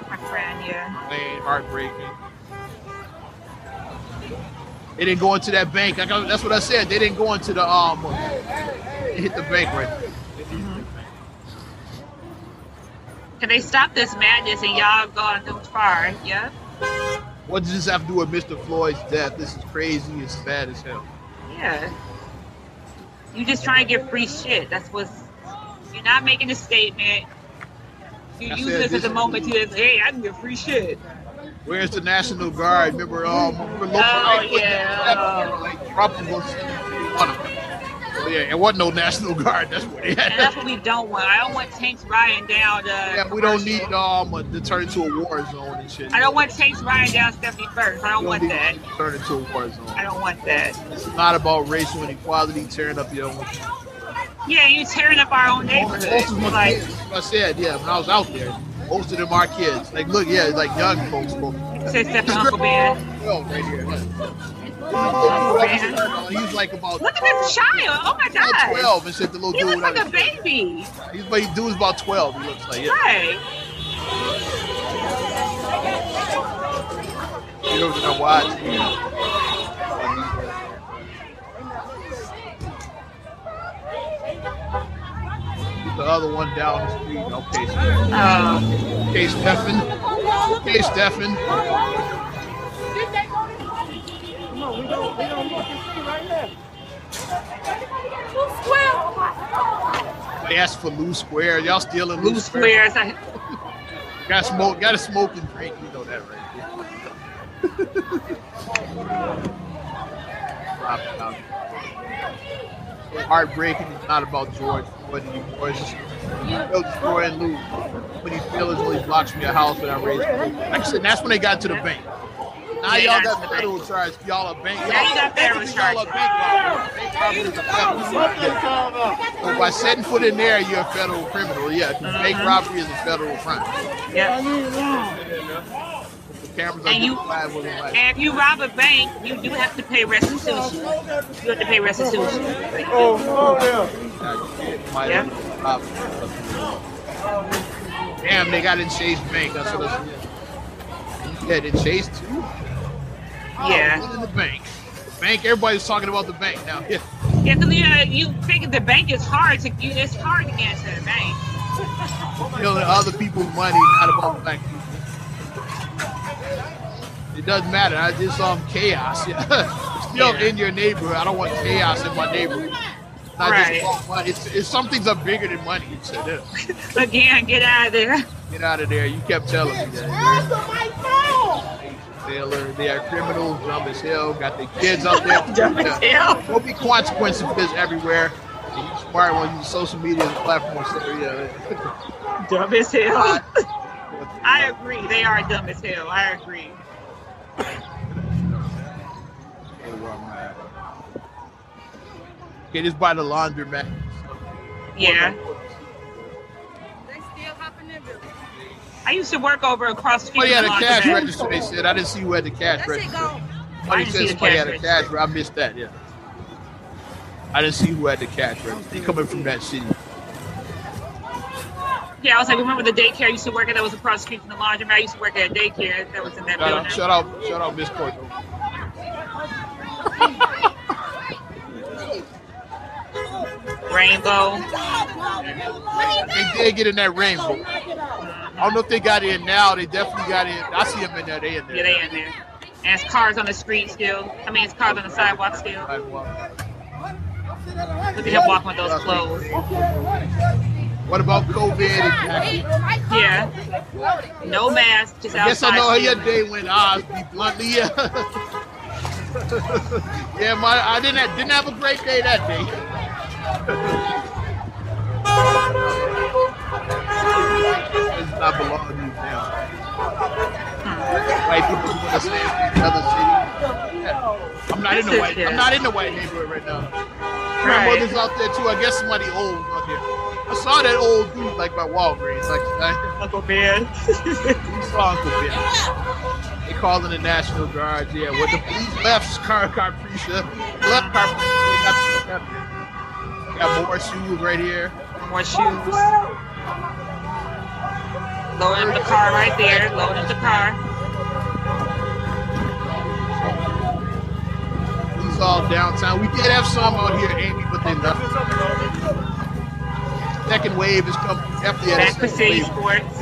my friend. Yeah.
Man, heartbreaking. They didn't go into that bank. I got, that's what I said. They didn't go into the um. They hit the bank right. there.
Can they stop this madness and y'all gone too far? Yeah.
What does this have to do with Mr. Floyd's death? This is crazy. It's sad as hell.
Yeah. You just trying to get free shit. That's what's. You're not making a statement. You
I
use
said
this as
this-
a moment to just, hey, I can get free shit.
Where's the National Guard? Remember, um, remember Lil
Oh,
Wayne put that
yeah.
together, like Trump was gonna send them to one of them. So, yeah, it wasn't no National Guard. That's what they
And that's
had.
what we don't want. I don't want tanks riding down the.
Yeah, we don't need um to turn into a war zone and shit.
I don't want tanks riding down Stephanie Burns. I don't
We
want
need
that.
to Turn into a war zone.
I don't want that.
It's not about racial inequality tearing up your own.
Yeah, you tearing up our own
Most of
neighborhood.
my
Like,
kids, that's what I said, yeah, when I was out there, most of them are kids. Like, look, yeah, like young folks. folks.
says Stephanie Uncle Ben.
Well, right here. look.
Uncle Ben.
He's like about
Look at this child. Oh my
about
God.
12 and shit, the little
He
dude.
looks like a
out here.
baby.
He's like, dude's about 12, he looks like, yeah.
Right.
He over there watching. The other one down the street. Okay, so-
Um,
okay, Stefan. Okay, Stefan. They asked for loose square. Y'all stealing loose,
loose squares. Um, I-
Got smoke. Got to smoke and drink. You know that, right? there. Stop, stop. Heartbreaking. It's not about George Floyd anymore. It's just no destroy and loot. When he feels when he blocks from your house when I raise. Like I said, that's when they got to the bank. Now
They
y'all
got to
got
the
federal charge. Y'all a bank.
Now you got federal
Y'all a
charge.
bank robber. Bank robbery is a federal crime. So by setting foot in there, you're a federal criminal. Yeah, 'cause bank
Uh-huh.
robbery is a federal crime.
yeah.
The cameras
And
are
you-
five with him, like,
And if you rob a bank, you do have to pay restitution. You have to pay restitution.
Oh,
my-
yeah.
uh, Damn, they got in Chase Bank. That's what I said. Yeah, they Chase too.
Yeah.
In the bank. Bank. Everybody's talking about the bank now. Yeah.
Yeah, because you, know, you figure the bank is hard to you, it's hard to get into the bank.
Killing other people's money, not about black people. It doesn't matter. I just um chaos. Yeah. Still in your neighborhood. I don't want chaos in my neighborhood. Not
Right.
just want money. It's, it's some things are bigger than money. So yeah,
Again, get out of there.
get out of there. You kept telling me that.
Answer my phone.
Taylor, they are criminals, dumb as hell. Got the kids out there.
Dumb as hell.
There'll be consequences for this everywhere. And you smart when you use social media and platforms. So yeah.
Dumb as hell. I agree. They are dumb as hell. I agree.
Okay, just by the laundromat.
Yeah. I used to work over across the
Somebody had
street
a
from the
Oh, cash
laundromat.
register. They said I didn't see who had the cash
That shit
register.
gone.
Somebody
I didn't see
said
the
somebody
cash
had a cash. re- I missed that. Yeah. I didn't see who had the cash register. They coming from that city.
Yeah, I was like, remember the daycare I used to work at that was across the street from the laundromat? I used to work at a daycare that was in that
Shout out,
building.
shout out, shout out, Miss Courtney.
Rainbow.
They did get in that rainbow. I don't know if they got in now. They definitely got in. I see them in there. They in there.
Yeah, they in there. And it's cars on the street still. I mean, it's cars on the sidewalk still.
Sidewalk.
Look at him walking with those clothes.
What about COVID? Exactly.
Yeah. No mask, just outside.
Yes, I know how your
stealing.
day went. Oz, be bluntly, yeah. yeah, my I didn't have, didn't have a great day that day. It's not belong to you now. White people who want to stay in another city. I'm not in
This
the
is
white.
just-
I'm not in the white neighborhood right now. My
Right.
mother's out there too. I guess somebody old out there. I saw that old dude like by Walgreens. Like I,
Uncle Ben.
we saw Uncle Ben. They calling the National Guard. Yeah, what the police left Car Carprecia. Left Carprecia. Got, got- got more shoes right here.
More shoes. Loading up the car right there. Loading up the car.
Police all downtown. We did have some out here, Amy, but they left. Second wave is coming. After yeah, the
Back for
second
city
wave
sports.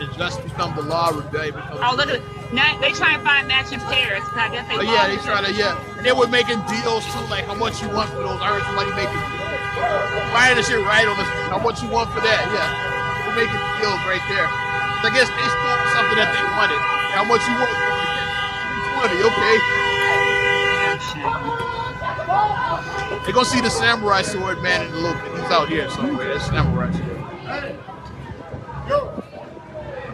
is just become the law, rebellion becomes
Oh, look at now they try and find matching pairs. 'cause I guess
Oh,
they.
yeah,
lost
they
it.
try to yeah. And they were making deals too, like how much you want for those. I heard somebody making buying the shit right on this. How much you want for that? Yeah, we're making deals right there. So I guess they stole something that they wanted. How much you want? For it? Twenty, okay.
Shit.
They gonna see the samurai sword man in a little bit. He's out here somewhere. That samurai sword.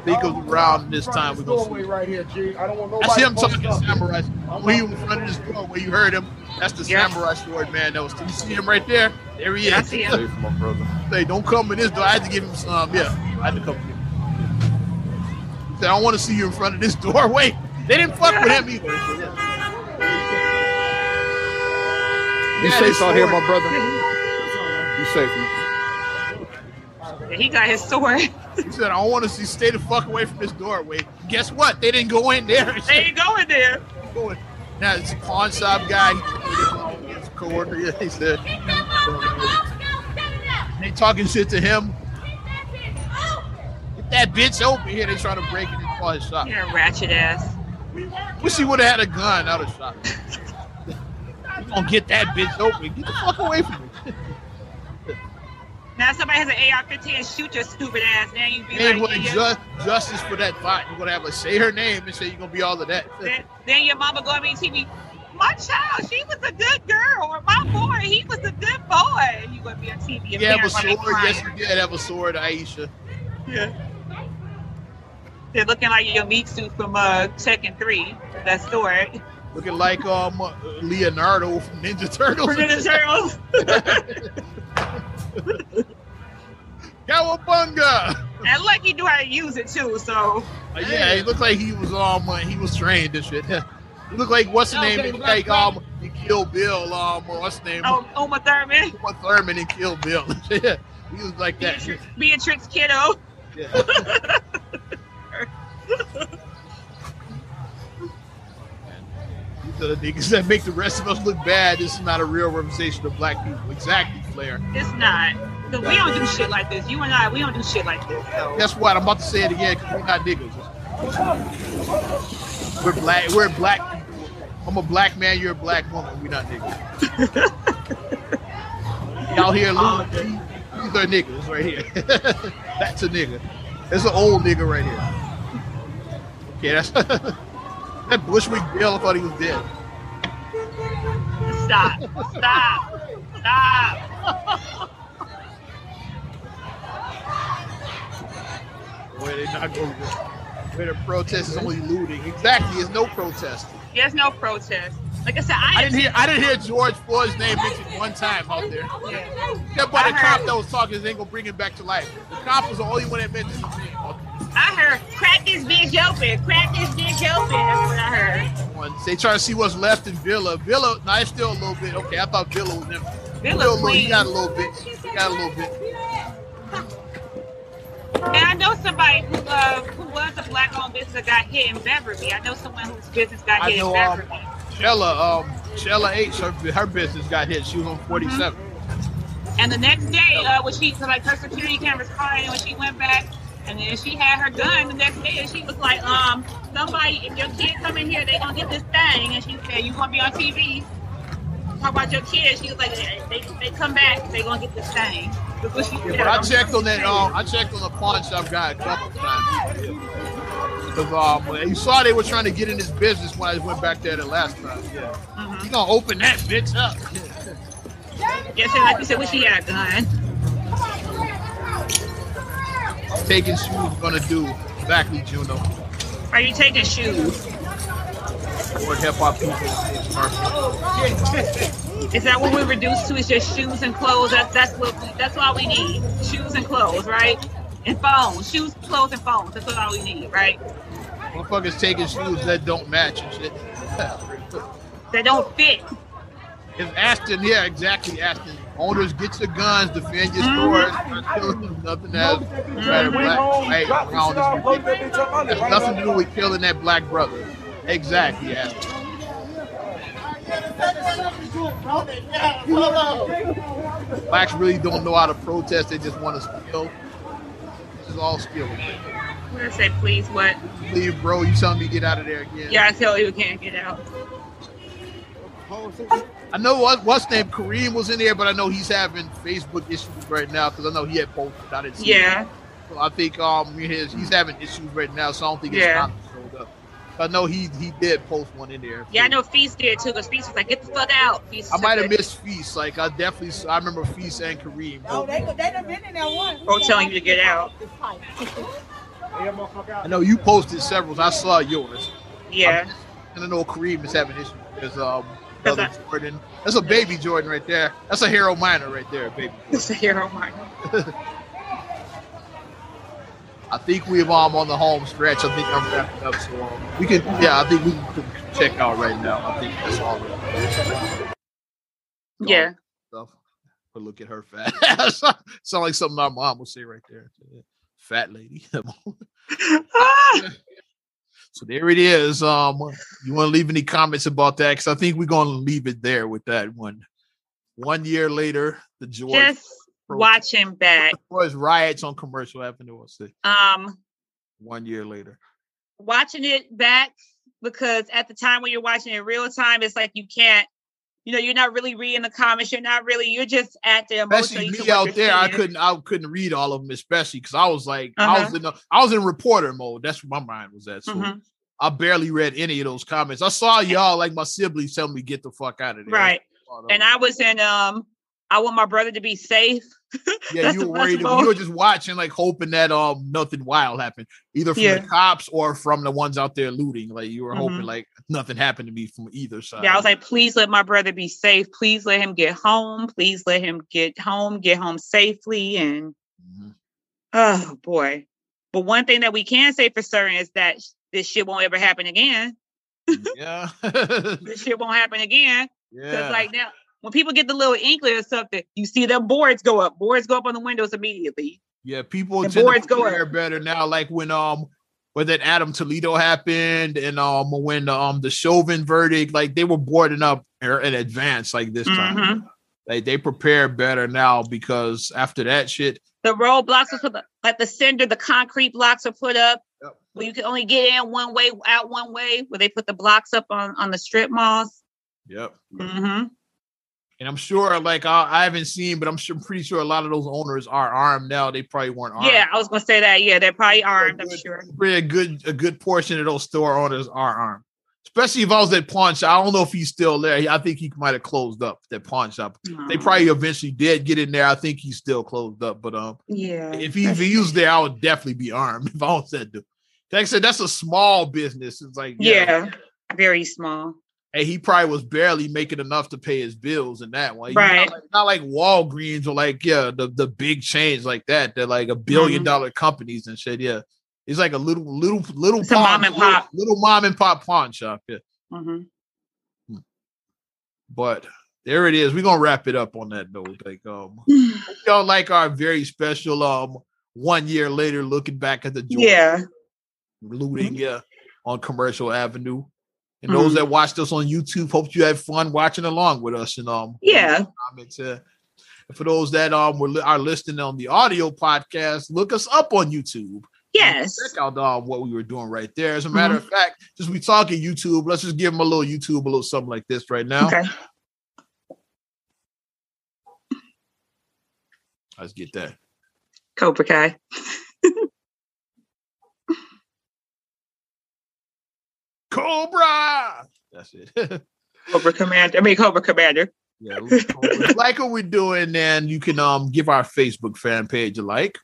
I think it was around this time we gonna see. it.
right here, G. I don't want
That's him talking to samurai. When you in front of this door, where you heard him, that's the
Yeah.
samurai sword man. That was. You see him right there? There he is.
I see him.
Say, Say, don't come in this door. I had to give him some. Yeah, I had to come. Get him. He said, I want to see you in front of this doorway. They didn't fuck with him either.
Be
Yeah,
safe
this
out here,
sword.
my brother. Be safe. man.
He got his sword.
He said, I want to see. Stay the fuck away from this doorway. Guess what? They didn't go in there.
They ain't going there.
going. Now it's a pawn shop guy. His coworker, yeah, he said they talking shit to him. Get that bitch over here. They trying to break it in his pawn shop.
You're a ratchet ass.
Wish he would have had a gun out of shot. you gonna get that bitch open. Get the fuck away from me.
Now if somebody has an AR-15. Shoot your stupid ass. Now you be
Name
like,
like,
yeah,
ju- justice for that fight. You're gonna have to say her name and say you're gonna be all of that.
then, then your mama going to be TV. My child, she was a good girl, or my boy, he was a good boy. You gonna be on TV?
You
your
have a
parents gonna
sword.
be
Yes,
crying.
you did have a sword, Aisha.
Yeah. They're looking like your meat suit from uh Tekken 3. That sword.
Looking like um Leonardo from Ninja Turtles.
We're gonna turtles.
Cowabunga!
And look, he knew how to use it too, so
Uh, yeah, he looked like he was um uh, he was trained and shit. he looked like what's the name? He looked like um in Kill Bill um or what's the name?
oh Uma Thurman,
Uma Thurman in Kill Bill. yeah, he was like that.
Beatrix, Beatrix Kiddo.
Yeah. So the niggas that make the rest of us look bad. This is not a real representation of black people. Exactly, Flair.
It's not. Cause we don't do shit like this. You and I, we don't do shit like this. So
Guess what? I'm about to say it again because we're not niggas. We're black. We're black. I'm a black man. You're a black woman. We're not niggas. Y'all here, Lou? These are niggas right here. that's a nigga. That's an old nigga right here. Okay, that's that Bushwick Bill. I thought he was dead.
Stop. Stop. Stop.
Where they not going? Where the protest is only looting. Exactly. It's no protest.
There's no protest. Like I said, I,
I didn't hear. I didn't hear George Floyd's name mentioned one time out there. That by
I
the cop
heard-
that was talking they ain't gonna bring him back to life. The cop was the only one that mentioned his name out there.
I heard crack this bitch open, crack this bitch open. That's what I heard.
Once They trying to see what's left in Villa. Villa, no, it's still a little bit. Okay, I thought Villa was empty.
Villa
Villa, he
clean.
got a little bit. He got a little bit.
And I know somebody who uh, who was a black owned business that got hit in Beverly. I know someone whose business got
I
hit
know,
in
um,
Beverly.
Shella, um, Shella H, her, her business got hit. She was on 47.
Mm-hmm. and the next day, uh, when she so like her security cameras caught it, when she went back, and then she had her gun the next day, and she was like, um, somebody, if your kid come in here, they gonna get this thing. And she said, you gonna be on TV? Talk about your kid. She was like, they, they come back, they gonna get this thing. That's what she said.
But I checked on that. Um, I checked on the pawn shop guy a couple times. Cause um, you saw they were trying to get in his business when I went back there the last time. Yeah,
Mhm.
he gonna open that bitch up.
Yeah, she, like you said, when she had a gun.
Taking shoes gonna do exactly, Juno.
Are you taking shoes?
Or hip hop people.
Is that what we reduce to? Is just shoes and clothes? That's that's what we, that's all we need. Shoes and clothes, right? And phones. Shoes, clothes, and phones. That's what all we need, right?
Motherfuckers taking shoes that don't match and shit.
That don't fit.
If Aston, yeah, exactly, Aston. Owners, get your guns, defend your stores. Not killing nothing that has matter black, white, brown. it's ridiculous. That's nothing to do with killing that black brother. Exactly, Aston. Blacks really don't know how to protest. They just want to steal. This is all skill.
What did I say? Please, what?
Leave, bro. You telling me to get out of there again?
Yeah, I tell you, we can't get out.
I know what what's name Kareem was in there, but I know he's having Facebook issues right now because I know he had posted. I didn't see. it.
Yeah,
So I think um his, he's having issues right now, so I don't think his
Yeah.
comments showed up. I know he he did post one in there.
yeah. I know Feast did too. Cause Feast was like, "Get the fuck out." Feast.
I might have
said-
missed Feast. Like I definitely s- I remember Feast and Kareem.
Oh, they they done been in there once.
Or Oh, telling you to get out. Oh.
I know you posted several. I saw yours.
Yeah,
And I know Kareem is having issues because um
Cause
brother Jordan. That's a baby Jordan right there. That's a hero minor right there, baby.
it's oh a hero mark.
I think we've um on the home stretch. I think I'm wrapping up. So um, we can yeah, I think we can check out right now. I think that's all. Right.
Yeah,
stuff. But look at her fat. Sound like something our mom would say right there. Fat lady. so there it is. Um, you want to leave any comments about that? Because I think we're gonna leave it there with that one. One year later, the George
just watching back.
Floyd's riots on Commercial Avenue. I'll say
Um,
one year later.
watching it back because at the time when you're watching it real time, it's like you can't, you know, you're not really reading the comments. You're not really, you're just at the emotion.
Especially
you can
me out there, I
understand.
couldn't I couldn't read all of them, especially because I was like I
Uh-huh.
was in the, I was in reporter mode. That's where my mind was at. So
Mhm.
I barely read any of those comments. I saw y'all like my siblings telling me get the fuck out of there.
Right.
Oh, no.
And I was in, um, I want my brother to be safe.
yeah,
that's
you were
the
worried.
best
You were just watching, like hoping that um nothing wild happened, either from
Yeah.
the cops or from the ones out there looting. Like you were hoping
Mhm.
like nothing happened to me from either side.
Yeah, I was like, please let my brother be safe. Please let him get home. Please let him get home, get home safely. And
Mhm.
oh boy. But one thing that we can say for certain is that this shit won't ever happen again.
Mm, yeah,
This shit won't happen again. Because
yeah.
like now, when people get the little inkling or something, you see them boards go up. Boards go up on the windows immediately.
Yeah, people
The
tend
boards
to
go
prepare better now. Like when um when that Adam Toledo happened and um when um the Chauvin verdict, like they were boarding up er- in advance like this
Mm-hmm.
time. Like they prepare better now because after that shit,
The roadblocks were put up, like the cinder, the concrete blocks are put up.
Yep.
where you can only get in one way, out one way, where they put the blocks up on on the strip malls.
Yep.
hmm
And I'm sure, like I, I haven't seen, but I'm sure, pretty sure a lot of those owners are armed now. They probably weren't armed.
Yeah, I was gonna say that. Yeah, they're probably armed. I'm
good.
sure.
Probably a good a good portion of those store owners are armed. Especially if I was at pawn shop. I don't know if he's still there. He- I think he might have closed up that pawn shop. They probably eventually did get in there. I think he's still closed up. But um,
Mm-hmm. Yeah.
if he, if he was there, I would definitely be armed. If I was that dude, like I said, that's a small business. It's like
yeah, very small.
and he probably was barely making enough to pay his bills in that one. You know,
Right.
like- Not like, Walgreens or like yeah, the, the big chains like that. They're like a 1000000000
Mhm.
dollar companies and shit. Yeah. It's like a little little little
It's a mom and
little-
pop.
Little, mom and pop pawn shop. Yeah.
hmm
But there it is. We're gonna wrap it up on that note. Like um hope y'all like our very special um one year later looking back at the Georgia
yeah. Mm-hmm.
looting yeah, on Commercial Avenue. And those that watched us on YouTube, hope you had fun watching along with us. And um,
Yeah.
comments. Uh, and for those that um were li- are listening on the audio podcast, look us up on YouTube.
Yes.
Check out um, what we were doing right there. As a matter
Mm-hmm.
of fact, since we talking YouTube, let's just give them a little YouTube, a little something like this right now.
Okay.
Let's get that.
Cobra Kai.
Cobra. That's it.
Cobra Commander. I mean Cobra Commander.
yeah. look- like what we're doing, then you can um give our Facebook fan page a like.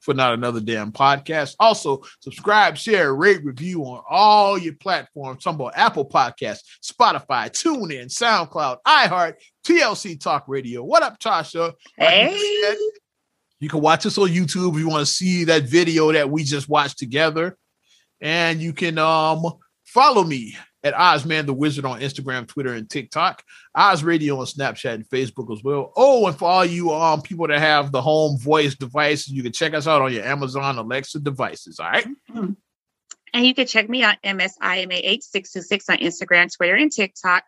For not another damn podcast. Also, subscribe, share, rate, review on all your platforms. Some about Apple Podcasts, Spotify, TuneIn, SoundCloud, iHeart, TLC Talk Radio. What up, Tasha?
Hey.
You can watch us on YouTube if you want to see that video that we just watched together. And you can um follow me at Ozman the Wizard on Instagram, Twitter, and TikTok. Oz Radio on Snapchat and Facebook as well. Oh, and for all you um people that have the home voice devices, you can check us out on your Amazon Alexa devices. All right.
And you can check me on MSIMAH626 on Instagram, Twitter, and TikTok.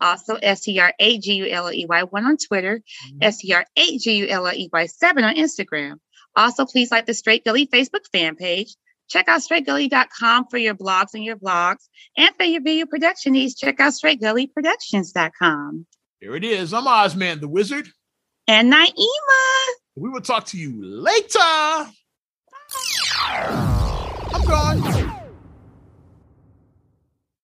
Also, STRAGULEY1 E on Twitter, STRAGULEY7 E on Instagram. Also, please like the Straight Gully Facebook fan page. Check out straightgully.com for your blogs and your vlogs. And for your video production needs, check out straightgullyproductions.com.
Here it is. I'm Ozman the Wizard.
And Naima.
We will talk to you later. I'm gone.